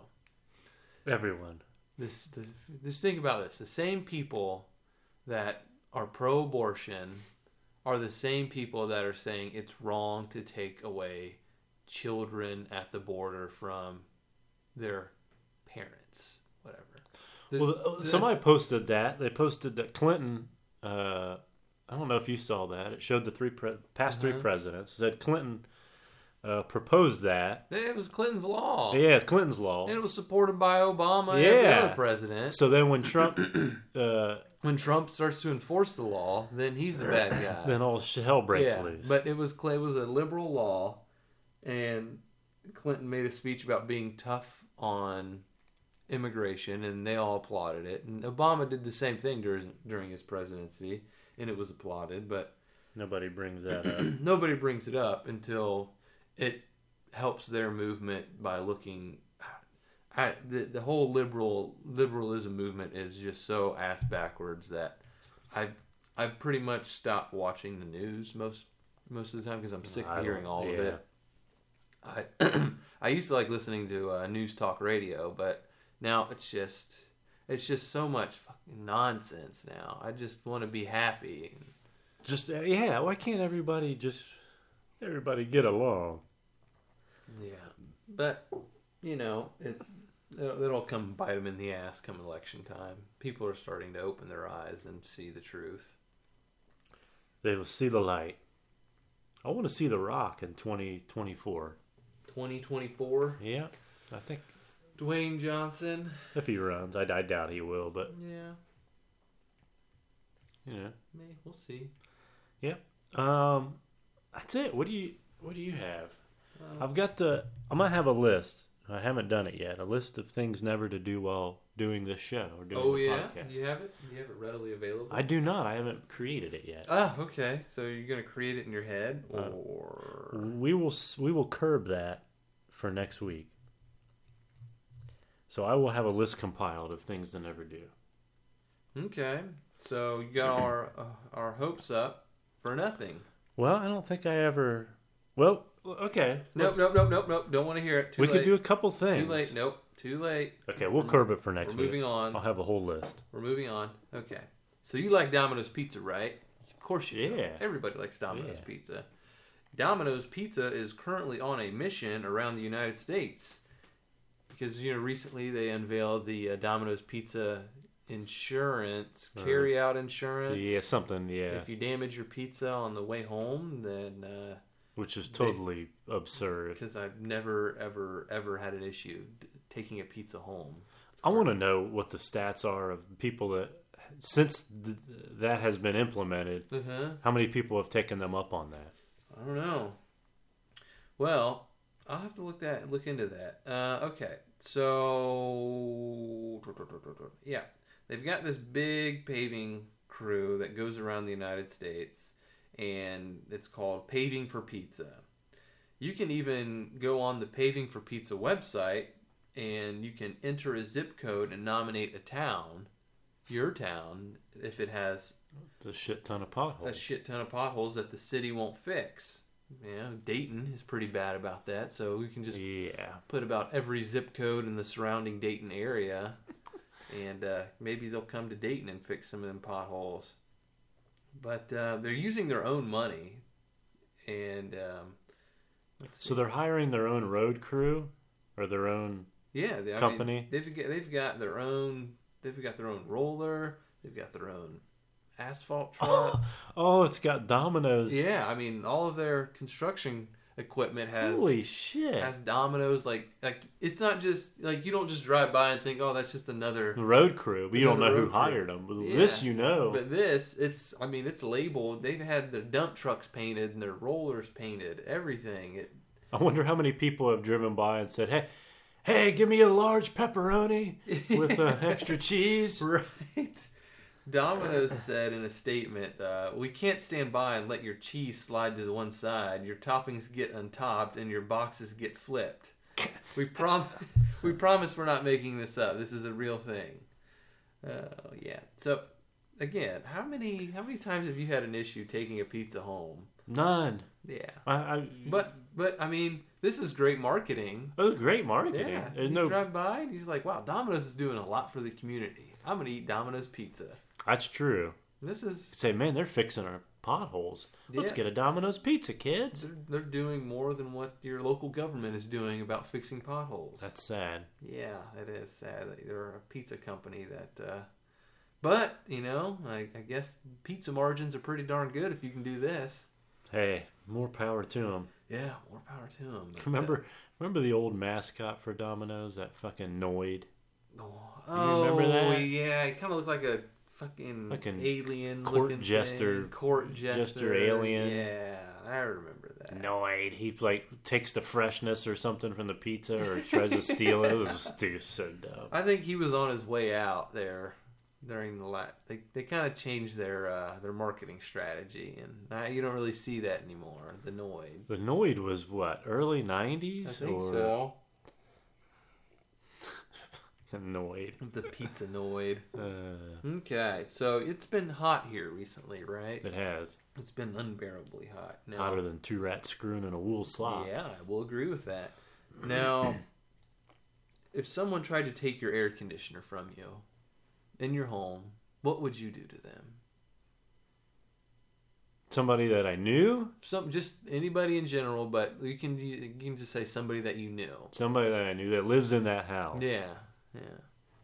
Everyone.
this the, just think about this the same people that are pro-abortion are the same people that are saying it's wrong to take away children at the border from their parents whatever The-
Well, uh,
the-
somebody posted that. They posted that Clinton. Uh, I don't know if you saw that. It showed the three pre- past three
Uh-huh.
presidents. It said Clinton uh, proposed that.
it was clinton's law
Yeah, it's Clinton's law.
and it was supported by obama and every
Yeah.
other president
So then when Trump, uh,
when trump starts to enforce the law then he's the bad guy
then all sh- hell breaks loose.
But it was it was a liberal law, and Clinton made a speech about being tough on immigration, and they all applauded it. And Obama did the same thing during during his presidency, and it was applauded. But
nobody brings that up.
nobody brings it up until it helps their movement by looking. I, the, the whole liberal liberalism movement is just so ass backwards that I I've pretty much stopped watching the news most most of the time because I'm sick
I
of
don't-
hearing all of
yeah.
it. I I used to like listening to uh, news talk radio, but now it's just it's just so much fucking nonsense. Now I just want to be happy.
Just uh, yeah. Why can't everybody just everybody get along?
Yeah, but you know, it it'll, it'll come bite them in the ass come election time. People are starting to open their eyes and see the truth.
They will see the light. I want to see The Rock in twenty twenty four.
2024,
Yeah, I think
Dwayne Johnson.
if he runs, I, I doubt he will, but
Yeah,
you know.
may- we'll see.
Um, that's it. What do you What do you have?
Um,
I've got the. I might have a list. I haven't done it yet. A list of things never to do while doing this show or doing
Oh
the
yeah,
podcast.
you have it. You have it readily available.
I do not. I haven't created it yet.
Ah, okay. So you're gonna create it in your head,
Uh,
or
We will. s- We will curb that for next week. So I will have a list compiled of things to never do.
okay. So you got our uh, our hopes up for nothing.
Well, I don't think I ever. Well, okay.
Nope,
let's-
nope, nope, nope, nope. Don't want to hear it. Too
we
late.
could do a couple things.
Too late. Nope. Too late.
Okay, we'll curb it for next
We're
week.
moving on.
I'll have a whole list.
We're moving on. Okay. So you like Domino's Pizza, right? Of course you do.
Yeah.
Everybody likes Domino's
Yeah.
Pizza. Domino's Pizza is currently on a mission around the United States because you know recently they unveiled the uh, Domino's Pizza insurance
Right.
carry out insurance.
Yeah, something. Yeah,
If you damage your pizza on the way home, then uh,
which is totally absurd.
because I've never ever ever had an issue d- taking a pizza home.
I want to know what the stats are of people that since th- that has been implemented,
Uh huh.
how many people have taken them up on that?
I don't know. Well, I'll have to look that look into that. Uh, okay, so yeah, they've got this big paving crew that goes around the United States, and it's called Paving for Pizza. You can even go on the Paving for Pizza website, and you can enter a zip code and nominate a town, your town, if it has
It's a shit ton of
a
potholes.
shit ton of potholes that the city won't fix. Yeah, Dayton is pretty bad about that, so we can just
yeah,
put about every zip code in the surrounding Dayton area, and uh, maybe they'll come to Dayton and fix some of them potholes. But uh, they're using their own money, and um, let's see.
so they're hiring their own road crew or their own.
Yeah, they, I mean,
company.
they've got, they've got their own. They've got their own roller. They've got their own asphalt truck.
Oh, it's got dominoes.
yeah, I mean, all of their construction equipment has
Holy shit!
has dominoes like like it's not just like you don't just drive by and think oh that's just another
The road crew, but you don't know
Another
who
road crew.
hired them. But This
Yeah.
you know.
but this it's i mean it's labeled they've had their dump trucks painted and their rollers painted everything it,
I wonder how many people have driven by and said, "Hey, hey, give me a large pepperoni with uh, extra cheese."
right domino's said in a statement uh, we can't stand by and let your cheese slide to the one side your toppings get untopped and your boxes get flipped we promise we promise we're not making this up this is a real thing Oh yeah. So again, how many how many times have you had an issue taking a pizza home?
None.
Yeah.
I, I,
But but I mean, this is great marketing.
that was great marketing.
Yeah.
There's
you
no,
drive by and he's like, "Wow, Domino's is doing a lot for the community. I'm gonna eat Domino's pizza."
that's true.
And this is
You say, man, they're fixing our potholes. Let's
Yeah.
get a Domino's pizza, kids.
they're, they're doing more than what your local government is doing about fixing potholes.
That's sad.
Yeah, it is sad that they're a pizza company that. Uh, but you know, I, I guess pizza margins are pretty darn good if you can do this.
Hey, more power to them.
Yeah, more power to uh, them.
Remember, remember the old mascot for Domino's, that fucking Noid,
Oh,
you remember
oh,
that?
yeah, it kind of looked like a fucking,
Fucking
alien
court
looking
jester-
thing. court jester,
jester alien.
Yeah, I remember that.
Noid. He like takes the freshness or something from the pizza, or tries to steal it. It was too so dumb.
I think he was on his way out there during the la They they kind of changed their uh, their marketing strategy, and now you don't really see that anymore. The Noid.
The Noid was what early
I
nineties
think
or
so.
Noid.
The pizza Noid.
Uh,
Okay, so it's been hot here recently, right?
it has
It's been unbearably hot. Now,
hotter than two rats screwing in a wool sock.
Yeah, I will agree with that. Now, if someone tried to take your air conditioner from you in your home, what would you do to them?
Somebody that I knew,
Some just anybody in general, but you can you can just say somebody that you knew.
somebody that I knew that lives in that house.
Yeah, yeah.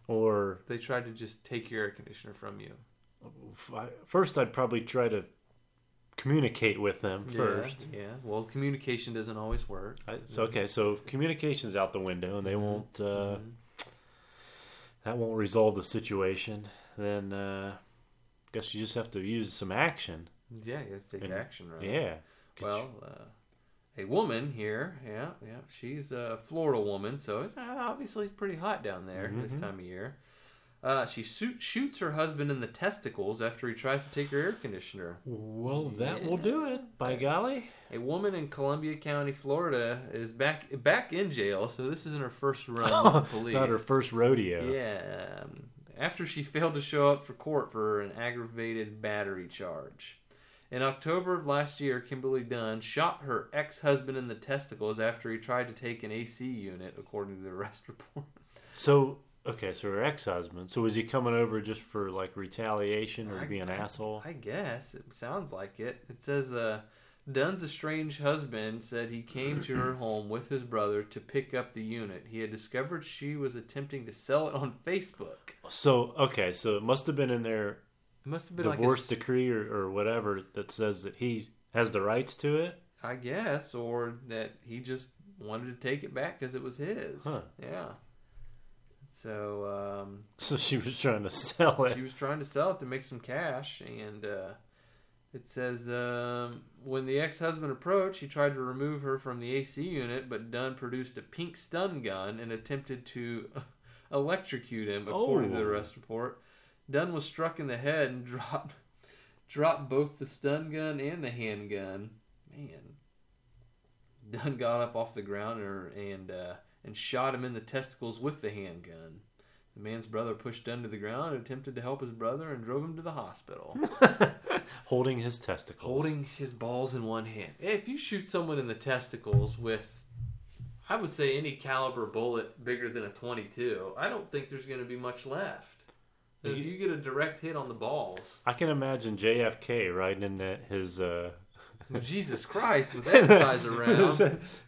Or
They tried to just take your air conditioner from you
f- I- first, I'd probably try to communicate with them
Yeah,
first.
Yeah. Well, communication doesn't always work.
I, so okay, so communication's out the window, and they won't. Uh,
Mhm.
That won't resolve the situation. Then, uh, guess you just have to use some action.
Yeah, you have to take
And-
action, right?
Yeah. Get your-
Well, uh, a woman here, yeah, yeah, she's a Florida woman, so it's uh, obviously it's pretty hot down there this
Mhm.
time of year. Uh, she shoot, shoots her husband in the testicles after he tries to take her air conditioner.
Well, that will do it. By golly.
A woman in Columbia County, Florida, is back back in jail, so this isn't her first run with the police.
Not her first rodeo.
Yeah. Um, after she failed to show up for court for an aggravated battery charge. In October of last year, Kimberly Dunn shot her ex husband in the testicles after he tried to take an AC unit, according to the arrest report.
So, okay, so her ex husband. So, was he coming over just for like retaliation or to be an
I-
asshole?
I guess. It sounds like it. It says uh, Dunn's estranged husband said he came to her home with his brother to pick up the unit. He had discovered she was attempting to sell it on Facebook.
So, okay, so it must have been in their
It must have been like a
divorce decree or, or whatever that says that he has the rights to it.
I guess, or that he just wanted to take it back because it was his.
Huh.
Yeah. So um,
So she was trying to sell
she
it.
was trying to sell it to make some cash and uh, it says um, when the ex-husband approached he tried to remove her from the ac unit but dunn produced a pink stun gun and attempted to electrocute him according to the
Oh.
arrest report dunn was struck in the head and dropped dropped both the stun gun and the handgun man dunn got up off the ground and, and uh, and shot him in the testicles with the handgun the man's brother pushed Dunn to the ground and attempted to help his brother and drove him to the hospital,
Holding his testicles.
holding his balls in one hand. If you shoot someone in the testicles with, I would say, any caliber bullet bigger than a 22, I don't think there's going to be much left. If
You-
you get a direct hit on the balls,
I can imagine JFK riding in that his uh
Jesus Christ, with that size around.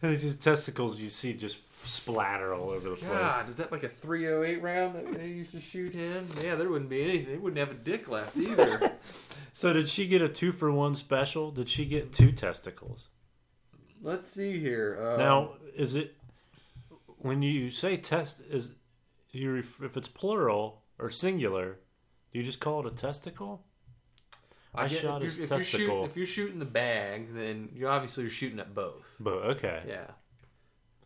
his testicles you see just splatter all over the place.
God, is that like a 308 round that they used to shoot him? Yeah, there wouldn't be anything. They wouldn't have a dick left either.
So did she get a two for one special? Did she get two testicles?
Let's see here. Um,
now is it when you say test is you ref, if it's plural or singular, do you just call it a testicle? I
get-
shot
if
his
you're, If you're,
testicle.
shoot, if you're shooting the bag, then you're obviously you're shooting at both.
But okay.
Yeah,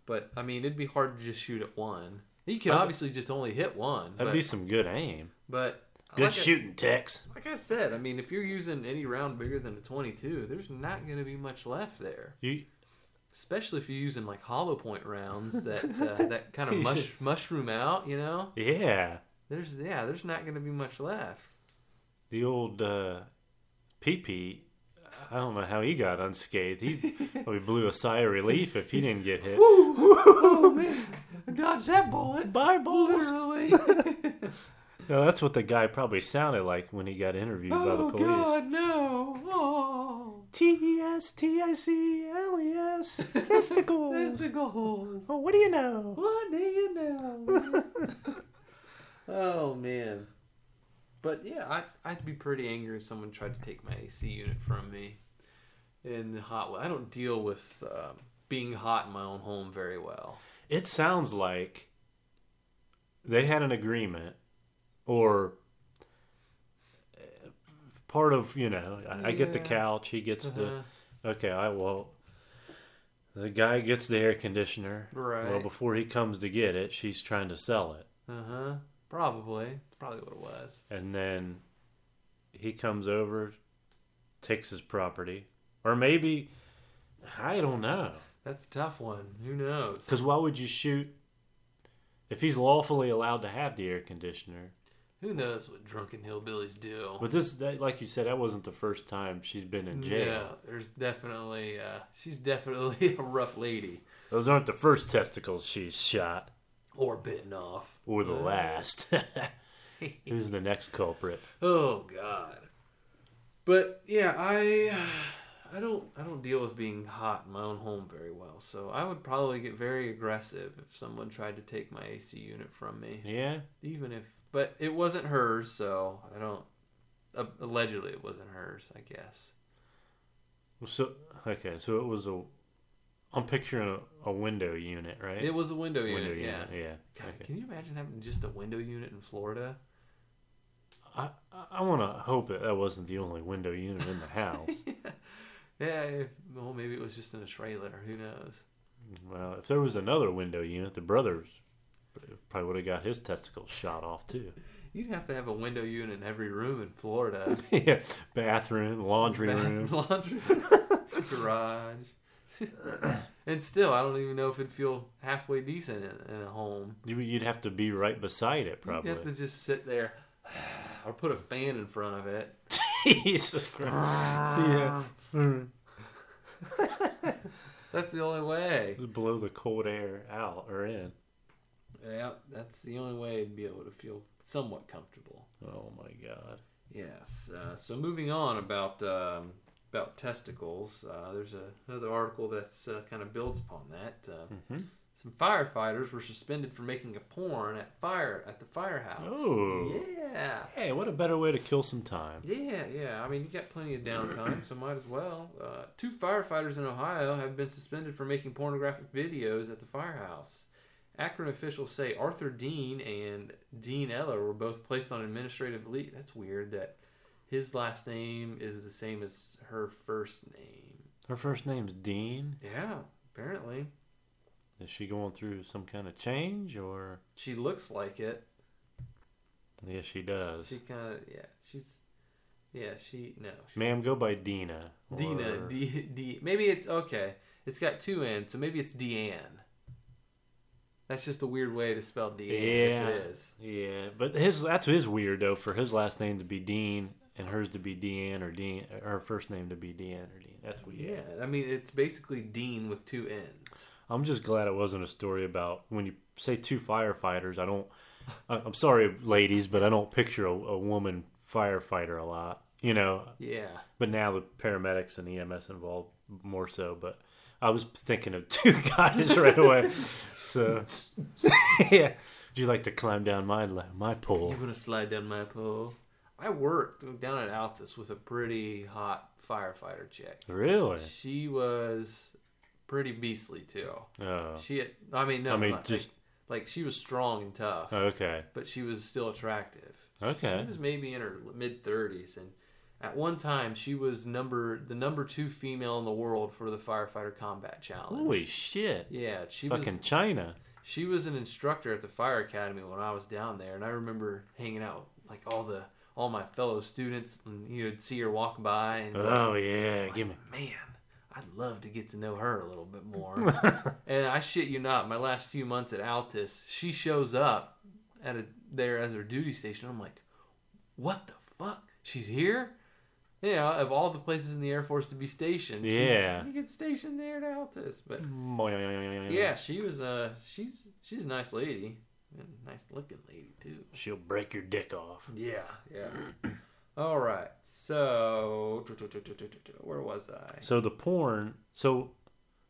but I mean, it'd be hard to just shoot at one. You could
I'd-
obviously just only hit one.
That'd
but,
be some good aim.
but
Good
like
shooting, Tex.
I, like I said, I mean, if you're using any round bigger than a 22, there's not going to be much left there.
You
Especially if you're using like hollow point rounds that uh, that kind of mush, mushroom out. You know,
yeah.
there's yeah, there's not going to be much left.
the old uh, PP. I don't know how he got unscathed. He probably blew a sigh of relief if he didn't get hit.
oh man, I dodged that bullet.
Bye, balls.
Literally.
No, that's what the guy probably sounded like when he got interviewed by the
oh
police.
God, no! Oh,
T E S T I C L E S testicles.
testicles.
Oh, what do you know?
What do you know? oh man. But yeah, I, I'd be pretty angry if someone tried to take my AC unit from me in the hot. we- I don't deal with um, being hot in my own home very well.
It sounds like they had an agreement, or uh, part of you know. I, I get the
Yeah.
couch. He gets the
Uh-huh.
Okay, I well, the guy gets the air conditioner. Well,
Right.
before he comes to get it, she's trying to sell it,
Uh huh. Probably. That's probably what it was.
and then he comes over, takes his property, or maybe I don't know.
That's a tough one. Who knows?
Because why would you shoot if he's lawfully allowed to have the air conditioner?
Who knows what drunken hillbillies do?
But this, that, like you said, that wasn't the first time she's been in jail.
Yeah, there's definitely uh, she's definitely a rough lady
Those aren't the first testicles she's shot,
or bitten off.
or the
Uh,
last. Who's the next culprit?
Oh God. But yeah, I I don't I don't deal with being hot in my own home very well, so I would probably get very aggressive if someone tried to take my AC unit from me.
Yeah.
Even if, but it wasn't hers, so I don't. Uh, allegedly, it wasn't hers. I guess.
Well, So okay, so it was a. I'm picturing a, a window unit, right?
It was a window,
window
unit. Yeah.
unit,
God,
Okay.
Can you imagine having just a window unit in Florida?
I I- I want to hope that that wasn't the only window unit in the house.
Yeah, well, maybe it was just in a trailer. Who knows?
well, if there was another window unit, the brothers probably would have got his testicles shot off too.
You'd have to have a window unit in every room in Florida.
yeah, bathroom, laundry
Bath-
room.
laundry, garage. and still, I don't even know if it'd feel halfway decent in, in a home.
You, you'd have to be right beside it, probably.
You'd have to just sit there or put a fan in front of it.
Jesus Christ! See, yeah,
Ah. That's the only way.
just blow the cold air out or in.
Yeah, that's the only way I'd be able to feel somewhat comfortable.
Oh my God!
Yes. Uh, so moving on about um, about testicles, uh, there's a, another article that's uh, kind of builds upon that. Uh,
hmm
Some firefighters were suspended for making a porn at fire at the firehouse.
Oh.
yeah,
Hey, what a better way to kill some time.
yeah, yeah. I mean, you got plenty of downtime, so might as well. Uh, two firefighters in Ohio have been suspended for making pornographic videos at the firehouse Akron officials say Arthur Dean and Dean Eller were both placed on administrative leave. That's weird that his last name is the same as her first name.
Her first name's Dean.
Yeah, apparently.
Is she going through some kind of change or?
She looks like it.
Yeah, she does.
She kind of, yeah, she's, yeah, she, no. She,
Ma'am, go by Dina. or-
Dina, D, D, maybe it's, okay, it's got two N's, so maybe it's Deanne. That's just a weird way to spell Deanne
Yeah.
if it is.
Yeah, but his that's his weird though for his last name to be Dean and hers to be Deanne or Dean or her first name to be Deanne or Dean. That's weird.
Yeah, I mean, it's basically Dean with two N's.
I'm just glad it wasn't a story about when you say two firefighters. I don't. I- I'm sorry, ladies, but I don't picture a, a woman firefighter a lot. You know,
Yeah.
but now the paramedics and EMS involved more so. But I was thinking of two guys right away. So yeah, would you like to climb down my la- my pole?
You want to slide down my pole? I worked down at Altus with a pretty hot firefighter chick.
Really?
She was pretty beastly too.
Oh,
She, I mean, no,
I mean,
like,
just- Oh.
like she was strong and tough,
okay,
but she was still attractive.
okay.
She was maybe in her mid thirties, and at one time she was number the number two female in the world for the firefighter combat challenge.
Holy shit!
Yeah, she was
Fucking China.
she was an instructor at the fire academy when I was down there, and I remember hanging out with, like all the all my fellow students, and you'd see her walk by, and
Oh yeah, give me.
man, I'd love to get to know her a little bit more. and I shit you not, my last few months at Altus, she shows up at a, there as her duty station. I'm like, what the fuck? She's here. You know, of all the places in the Air Force to be stationed, she-
Yeah.
she gets stationed there at Altus, but.
Yeah.
Yeah, she was uh she's she's a nice lady. And Nice looking lady too.
She'll break your dick off.
Yeah, yeah. All right. So where was I?
So the porn. So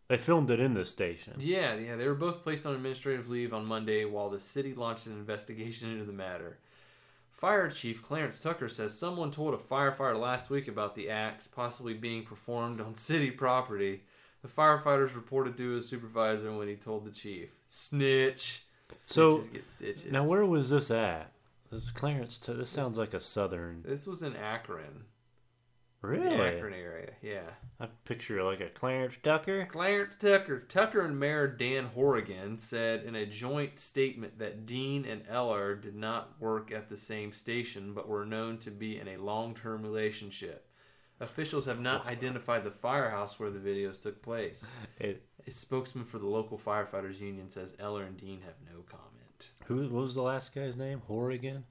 they filmed it in this station.
Yeah, yeah, they were both placed on administrative leave on Monday while the city launched an investigation into the matter. Fire Chief Clarence Tucker says someone told a firefighter last week about the acts possibly being performed on city property. The firefighters reported to his supervisor when he told the chief. Snitch.
So,
Snitches get stitches.
Now where was this at? This is Clarence. T- this sounds like a southern.
This was in Akron. The
Really?
Akron area, yeah.
I picture like a Clarence Tucker.
Clarence Tucker. Tucker and Mayor Dan Horrigan said in a joint statement that Dean and Eller did not work at the same station but were known to be in a long term relationship. Officials have not identified the firehouse where the videos took place.
It,
A spokesman for the local firefighters union says Eller and Dean have no comment.
who what was the last guy's name? Whore again.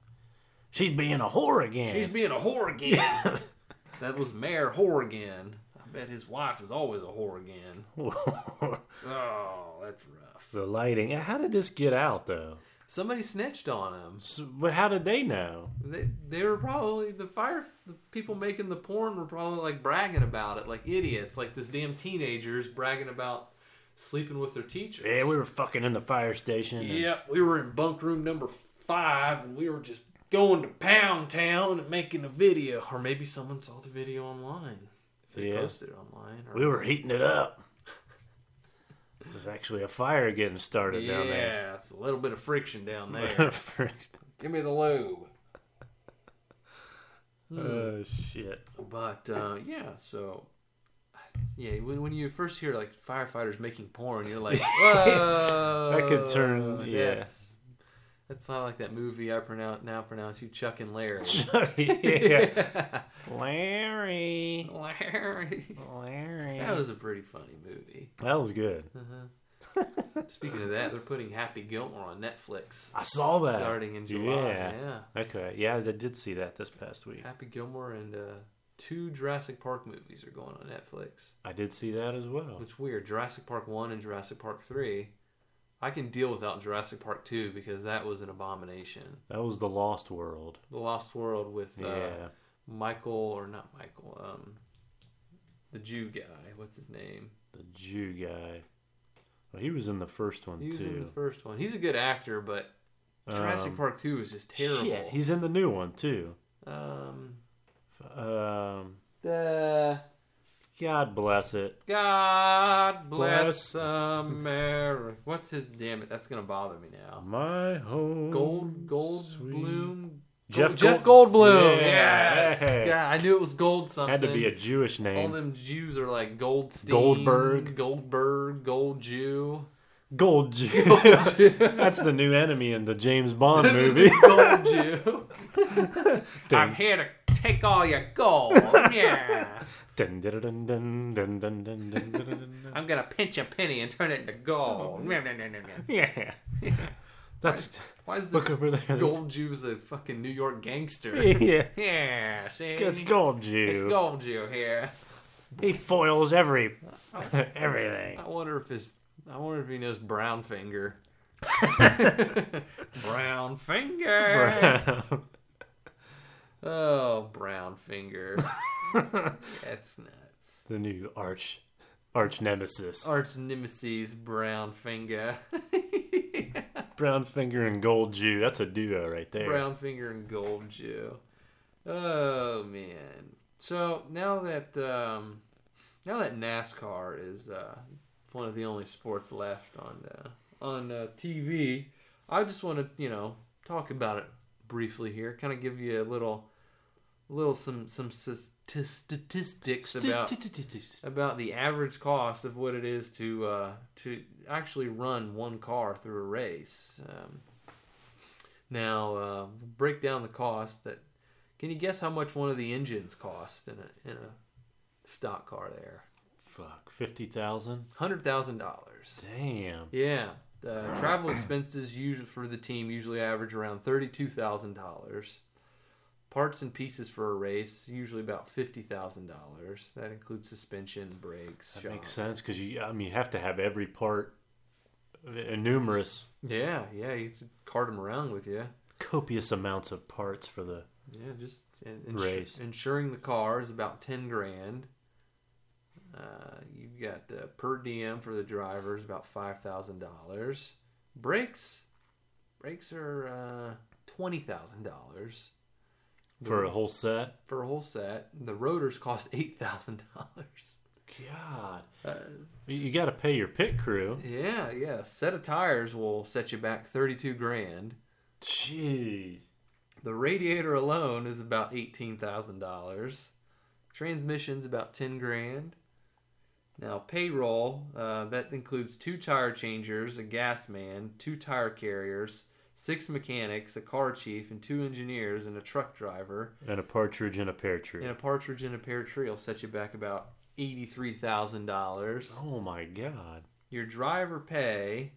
She's being a whore again.
She's being a whore again. that was Mayor Horrigan. I bet his wife is always a whore again. Oh, that's rough.
the lighting. How did this get out though?
Somebody snitched on him.
S but how did they know?
They, they were probably the fire the people making the porn were probably like bragging about it, like idiots, like this damn teenagers bragging about sleeping with their teachers.
Yeah, we were fucking in the fire station. and-
Yep, we were in bunk room number five, and we were just going to Pound Town and making a video, or maybe someone saw the video online. If they
Yeah.
posted it online, or
We were heating it up. There's actually a fire getting started
yeah,
down there.
it's a little bit of friction down there. Give me the lube. Hmm.
oh shit!
But uh, yeah, so yeah, when, when you first hear like firefighters making porn, you're like, whoa,
That could turn- yeah.
That's, that's not like that movie I pronounce now pronounce you Chuck and Larry.
yeah, Larry,
Larry.
Larry.
That was a pretty funny movie. Uh-huh.
that was good.
Speaking of that, they're putting Happy Gilmore on Netflix
I saw that
starting in July.
Uh, Yeah.
yeah.
Okay. Yeah, I did see that this past week.
Happy Gilmore and uh, two Jurassic Park movies are going on Netflix.
I did see that as well.
It's weird. Jurassic Park 1 and Jurassic Park 3. I can deal without Jurassic Park 2 because that was an abomination.
That was the Lost World.
The Lost World with uh,
Yeah.
Michael, or not Michael, um, the Jew guy. What's his name?
The Jew guy. Well, he was in the first one
He was in the
too.
first one. He's a good actor, but Jurassic
Um,
Park 2 is just terrible.
Shit, he's in the new one too.
um,
Um,
the
God bless it.
God bless,
Bless-
America. What's his damn it? That's gonna bother me now.
My home.
Gold, Gold
sweet-
Bloom,
Jeff
Gold, Jeff
Gold-
Goldblum.
Yeah.
Yes.
Hey.
Yeah, I knew it was Gold something.
Had to be a Jewish
All
name.
them Jews are like Goldstein,
Goldberg.
Goldberg, Gold Jew,
Gold Jew. That's the new enemy in the James Bond movie.
Gold Jew. I'm
Dun,
here to take all your gold. Yeah,
dun, dun, dun, dun, dun, dun, dun, dun, dun, dun.
I'm gonna pinch a penny and turn it into
Oh.
gold.
Yeah. That's.
Why is the
Look over there.
Gold Jew's a fucking New York gangster?
Yeah.
Yeah, see?
It's Gold Jew.
It's Gold Jew here.
He foils every everything.
I wonder if his I wonder if he knows Brown Finger. brown Finger. Oh, Brown Finger. That's nuts.
the new arch arch nemesis.
Arch nemesis Brown Finger.
Brown finger and gold Jew. That's a duo right there.
Brown Finger and Gold Jew. Oh man. So now that um, now that NASCAR is uh, one of the only sports left on uh, on uh, TV, I just want to you know talk about it briefly here. Kind of give you a little little some some sus- t- statistics about about the average cost of what it is to uh, to actually run one car through a race. Um, now, uh, break down the cost. That can you guess how much one of the engines cost in a in a stock car? There,
Fuck. Fifty thousand?
hundred thousand dollars.
Damn.
Yeah, uh, travel expenses usually for the team usually average around thirty-two thousand dollars. Parts and pieces for a race usually about fifty thousand dollars. That includes suspension, brakes.
That makes
shocks.
sense because you I mean you have to have every part uh, numerous
Yeah, yeah, you have to cart them around with you.
copious amounts of parts for the
Yeah, just in- insu-
Race.
insuring the car is about ten grand. Uh, you've got uh, per diem for the drivers about five thousand dollars. Brakes, brakes are uh, twenty thousand dollars
for a whole set.
for a whole set. The rotors cost eight thousand dollars.
God.
Uh,
You, you gotta pay your pit crew.
yeah, yeah. Set of tires will set you back thirty-two grand.
Jeez.
The radiator alone is about eighteen thousand dollars. Transmission's about ten grand. Now payroll uh, that includes two tire changers, a gas man, two tire carriers, six mechanics, a car chief, and two engineers, and a truck driver,
And a partridge and a pear tree.
and a partridge in a pear tree will set you back about eighty-three thousand dollars
Oh my god.
your driver pay,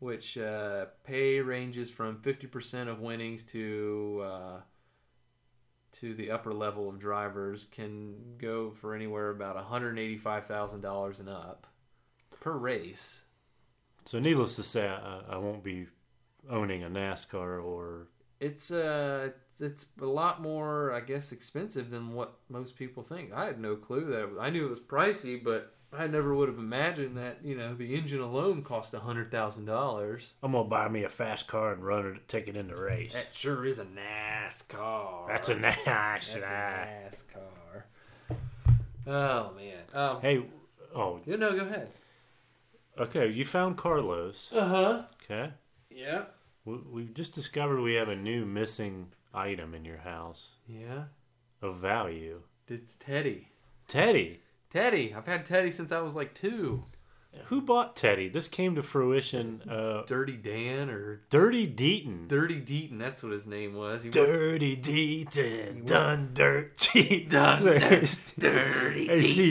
which uh, pay ranges from 50% of winnings to uh, to the upper level of drivers, can go for anywhere about $185,000 and up per race.
So, needless to say, I, I won't be owning a NASCAR or
It's uh, it's- it's a lot more, I guess, expensive than what most people think. I had no clue that it was, I knew it was pricey, but I never would have imagined that you know the engine alone cost hundred thousand dollars.
I'm gonna buy me a fast car and run it, take it in the race.
That sure is a NASCAR.
That's a nice. guy.
That's a NASCAR. Oh man. Um,
Hey, oh,
you know, go ahead.
okay. You found Carlos.
Uh huh.
Okay,
Yeah.
we, we've just discovered we have a new missing item in your house
Yeah.
of value.
It's Teddy.
Teddy.
Teddy. I've had Teddy since I was like two.
Who bought Teddy? This came to fruition. Uh,
Dirty Dan or
Dirty Deaton.
Dirty Deaton. That's what his name was. He was
Dirty Deaton. Done dirt cheap.
Done Dirty Deaton.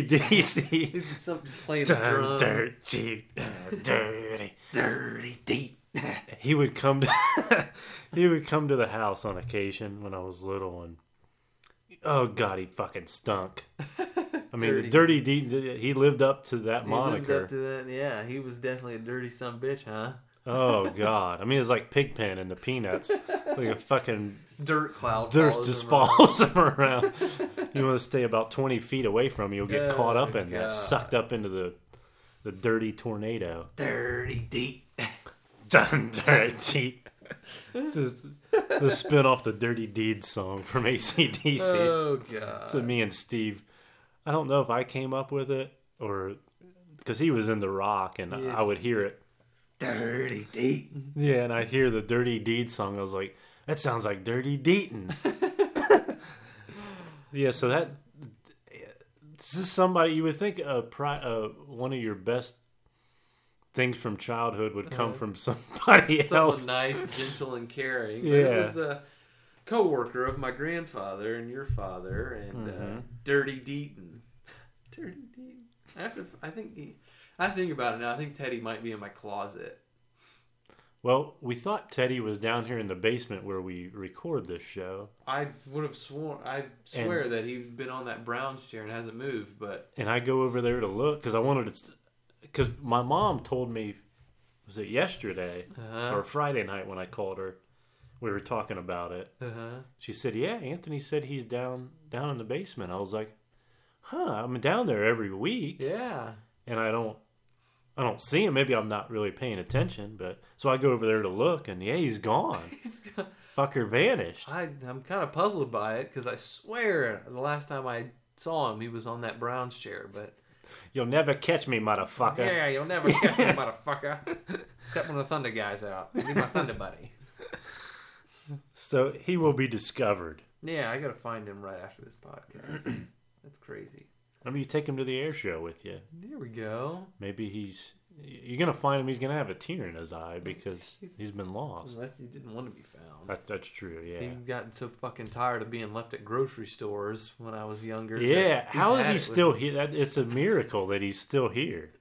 ACDC.
He's some just playing the
Dun,
drums.
dirt cheap. Dun, dirty.
Dirty Deaton.
he would come to he would come to the house on occasion when I was little and oh god he fucking stunk. I mean the dirty D he lived up to that
He lived
moniker.
up to that. Yeah, he was definitely a dirty son bitch, huh?
oh god. I mean it's like Pigpen and the Peanuts. like a fucking
Dirt cloud.
dirt
follows
just
him around.
follows him around. you want to stay about twenty feet away from him, you'll get
Oh,
caught up in
God.
that, sucked up into the the dirty tornado.
Dirty Deaton.
Dun dirty. this is the spin off the Dirty Deeds song from ACDC.
Oh god.
so me and Steve, I don't know if I came up with it or because he was in the rock and I
Yes.
would hear it.
Dirty deep.
Yeah, and I'd hear the Dirty Deed song. I was like, that sounds like Dirty Deaton. yeah, so that this is somebody you would think a pri- uh, one of your best things from childhood would come from somebody
Someone
else.
nice, gentle, and caring. But
Yeah.
It was a co-worker of my grandfather and your father and
Mm-hmm.
uh, Dirty Deaton. Dirty Deaton. I, have to, I think he, I think about it now. I think Teddy might be in my closet.
Well, we thought Teddy was down here in the basement where we record this show,
I would have sworn. I swear that he's been on that Browns chair and hasn't moved. But
and I go over there to look because I wanted to. Because my mom told me, was it yesterday
uh
or Friday night when I called her? We were talking about it.
huh.
She said, "Yeah, Anthony said he's down down in the basement." I was like, "Huh, I'm down there every week,
Yeah.
and I don't I don't see him. Maybe I'm not really paying attention, but so I go over there to look, and yeah, he's gone.
He's got-
Fucker vanished.
I, I'm kind of puzzled by it because I swear the last time I saw him, he was on that Browns chair. But
You'll never catch me, motherfucker."
yeah, you'll never catch me, motherfucker. Except when the Thunder guy's out. Be my Thunder buddy.
So he will be discovered.
Yeah, I gotta find him right after this podcast. That's crazy.
I mean, you take him to the air show with you.
There we go.
Maybe he's you're gonna find him. He's gonna have a tear in his eye because
He's-
he's been lost.
Unless he didn't want to be found.
That, that's true. Yeah.
He's gotten so fucking tired of being left at grocery stores when I was younger.
Yeah,
that he's
how is
had
he
it with-
still here? That, it's a miracle that he's still here.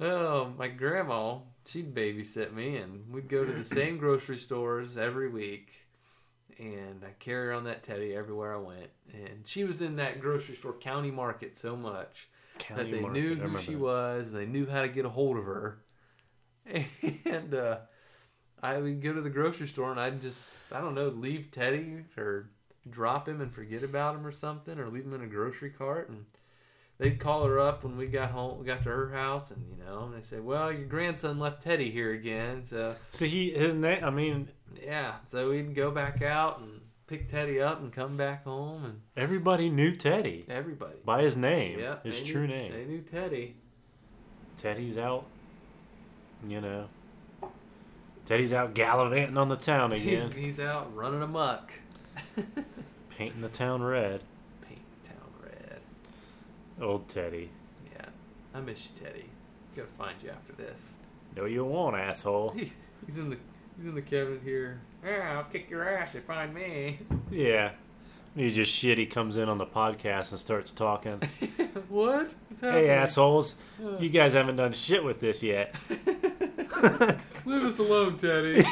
Oh, my grandma, she'd babysit me, and we'd go to the same grocery stores every week. And I carry around that teddy everywhere I went. And she was in that grocery store, County Market, so much that they
Market,
knew
I
who
remember
she
that.
was, they knew how to get a hold of her. And uh, I would go to the grocery store, and I'd just, I don't know, leave Teddy or drop him and forget about him or something, or leave him in a grocery cart. And they'd call her up when we got home, we got to her house, and you know, and they say, "Well, your grandson left Teddy here again." So
So he his name. I mean,
yeah, so we'd go back out and pick Teddy up and come back home, and
everybody knew Teddy
everybody.
by his name,
Yeah,
his
they
true
knew-
name.
They knew Teddy's
Teddy's out. You know, Teddy's out gallivanting on the town again,
He's, he's out running amok.
painting the town red.
Paint the town red.
Old Teddy,
Yeah, I miss you, Teddy. Gotta find you after this.
no, you won't, asshole.
He's, he's in the he's in the cabinet here. Yeah, I'll kick your ass if you find me.
yeah, he just shit. He comes in on the podcast and starts talking.
what? What's
hey,
happening?
assholes, you guys haven't done shit with this yet.
Leave us alone, Teddy.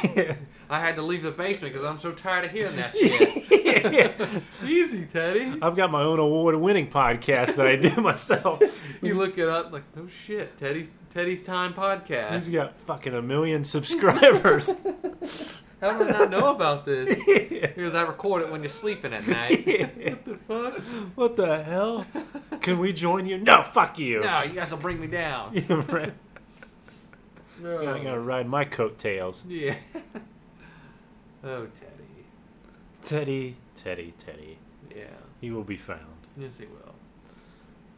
I had to leave the basement because I'm so tired of hearing that shit. Easy, Teddy.
I've got my own award-winning podcast that I do myself.
You look it up like, oh shit, Teddy's Teddy's Time
He's
podcast.
got fucking a million subscribers.
How did I not know about this?
Yeah.
Because I record it when you're sleeping at night.
what the fuck? What the hell? Can we join you? No, fuck you.
No, you guys will bring me down.
You're right.
No.
You're not gonna ride my coattails.
Yeah. oh, Teddy.
Teddy, Teddy, Teddy.
Yeah.
He will be found.
Yes, he will.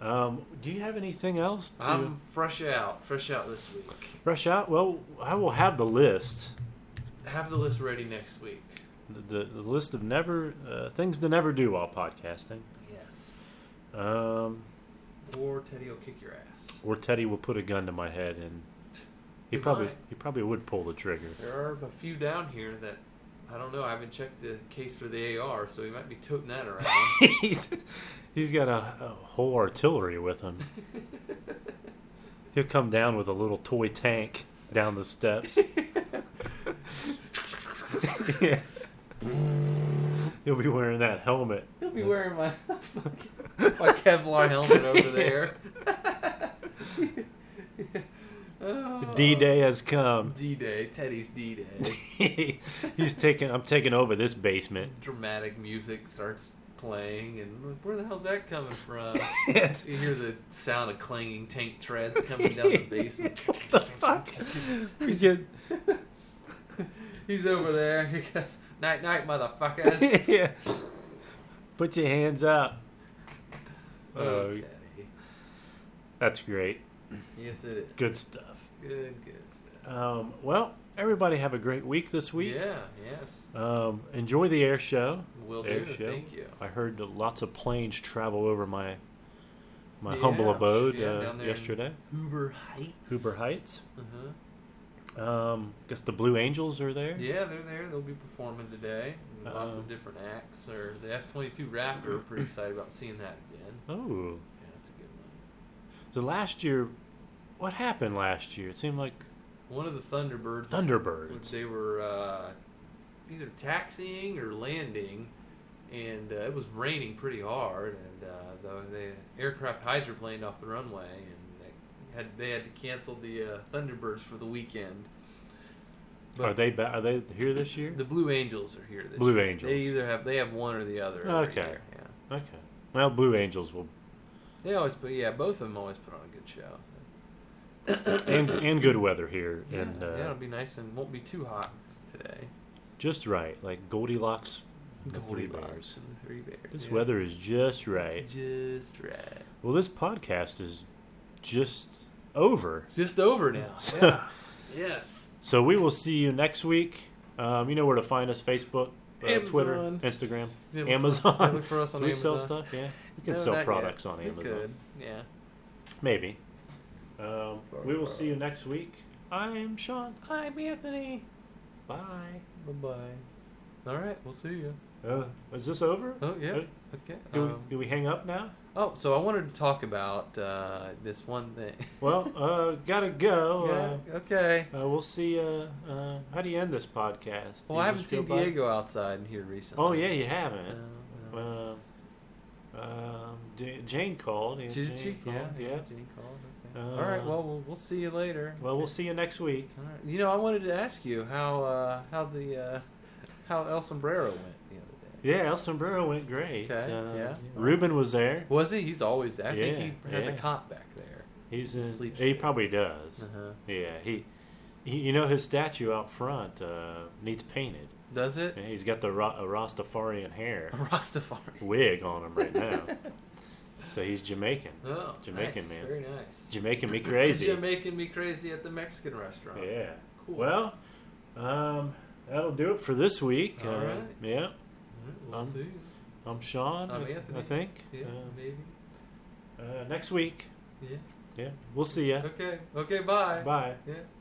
Um, do you have anything else to
I'm fresh out. Fresh out this week.
rush out? Well, I will have the list.
Have the list ready next week.
The, the, the list of never uh, things to never do while podcasting.
Yes.
Um,
Or Teddy will kick your ass.
or Teddy will put a gun to my head and he
He
probably
might.
he probably would pull the trigger.
There are a few down here that I don't know. I haven't checked the case for the AR, so he might be toting that around.
he's, he's got a, a whole artillery with him. He'll come down with a little toy tank down the steps. yeah. He'll be wearing that helmet.
He'll be wearing my my Kevlar helmet over there.
The D Day has come.
D Day. Oh. Teddy's D Day.
he's taking. I'm taking over this basement.
Dramatic music starts playing, and where the hell's that coming from?
It's-
You hear the sound of clanging tank treads coming down the basement.
what the fuck? We get.
He's over there. He goes, "Night, night, motherfuckers."
yeah. Put your hands up.
Oh,
Uh,
Teddy.
That's great.
Yes, it is.
Good stuff.
Good, good stuff.
Um, well, everybody have a great week this week.
Yeah, yes.
Um, enjoy the air show.
Will
Air
do.
show.
Thank you.
I heard that lots of planes travel over my my humble
Yeah,
abode
yeah,
uh,
down there in-
yesterday,
Hoover Heights.
Hoover Heights.
Uh-huh.
Um, guess the Blue Angels are there.
Yeah, they're there. They'll be performing today. And Lots
Uh-oh.
of different acts. Or the F twenty two Raptor. Pretty excited about seeing that again.
Oh,
Yeah, that's a good one.
so last year, what happened last year? It seemed like
One of the Thunderbirds.
Thunderbirds.
They were uh, either taxiing or landing, and uh, it was raining pretty hard. And uh, the, the aircraft hydroplaned off the runway, and they had they had to cancel the uh, Thunderbirds for the weekend.
Are they ba- are they here this year?
The Blue Angels are here. This
Blue
year.
Angels.
They either have they have one or the other. every
Okay.
year, yeah.
Okay. Well, Blue Angels will
They always put yeah. Both of them always put on a good show.
and and good weather here
Yeah,
and
yeah, it'll
uh,
be nice and won't be too hot today.
just right, like Goldilocks, and the Three
Goldilocks
Bears.
and the three bears.
This
yeah.
weather is just right.
It's just right.
Well, this podcast is just over.
Just over now.
So-
Yeah. yes.
So we will see you next week. Um, you know where to find us Facebook, uh, Twitter,
Amazon.
Instagram,
Yeah, look for-
Amazon.
Look for us on
Do we
Amazon.
sell stuff? Yeah. We can
No, not
sell
yet.
products on
We
Amazon.
could, Yeah.
Maybe. Um, we will see you next week. I'm Sean.
I'm Anthony.
Bye.
Bye bye. All right. We'll see you.
Uh, is this over?
Oh yeah.
Uh,
Okay.
Do,
um,
do we hang up now?
oh, so I wanted to talk about uh, this one thing.
Well, uh, gotta go.
yeah. Okay.
Uh, uh, we'll see. Uh, uh, how do you end this podcast?
Well,
You
I haven't
just go
seen
by-
Diego outside in here recently.
Oh yeah, you
Uh,
haven't.
uh,
Um, um, J- Jane called. Yeah,
Did she?
Jane called,
Yeah,
Yeah.
yeah. Jenny called. Okay. All right.
Uh,
Well, we'll we'll see you later.
Well,
Okay.
we'll see you next week.
All right. You know, I wanted to ask you how uh, how the uh, how El Sombrero went the other day.
Yeah, El Sombrero went great.
Okay,
Um,
yeah.
Ruben was there.
Was he? He's always there. I
Yeah,
think he has a
yeah.
cop back there.
He's in,
Sleeps
he
there.
probably does.
Uh-huh.
Yeah, he, he. You know his statue out front uh, needs painted.
Does it?
Yeah, he's got the Ra- a Rastafarian hair
A Rastafari.
wig on him right now, so he's Jamaican.
Oh,
Jamaican
nice.
man.
Very nice.
Jamaican me crazy.
You're making me crazy at the Mexican restaurant.
Yeah.
Cool.
Well, um, that'll do it for this week.
All
uh,
right.
Yeah.
All right, we'll
Um,
see.
I'm Sean.
I'm
I- I
Anthony.
think.
Yeah,
Uh,
maybe.
uh, next week.
Yeah.
Yeah. We'll see ya.
Okay. Okay. Bye.
Bye.
Yeah.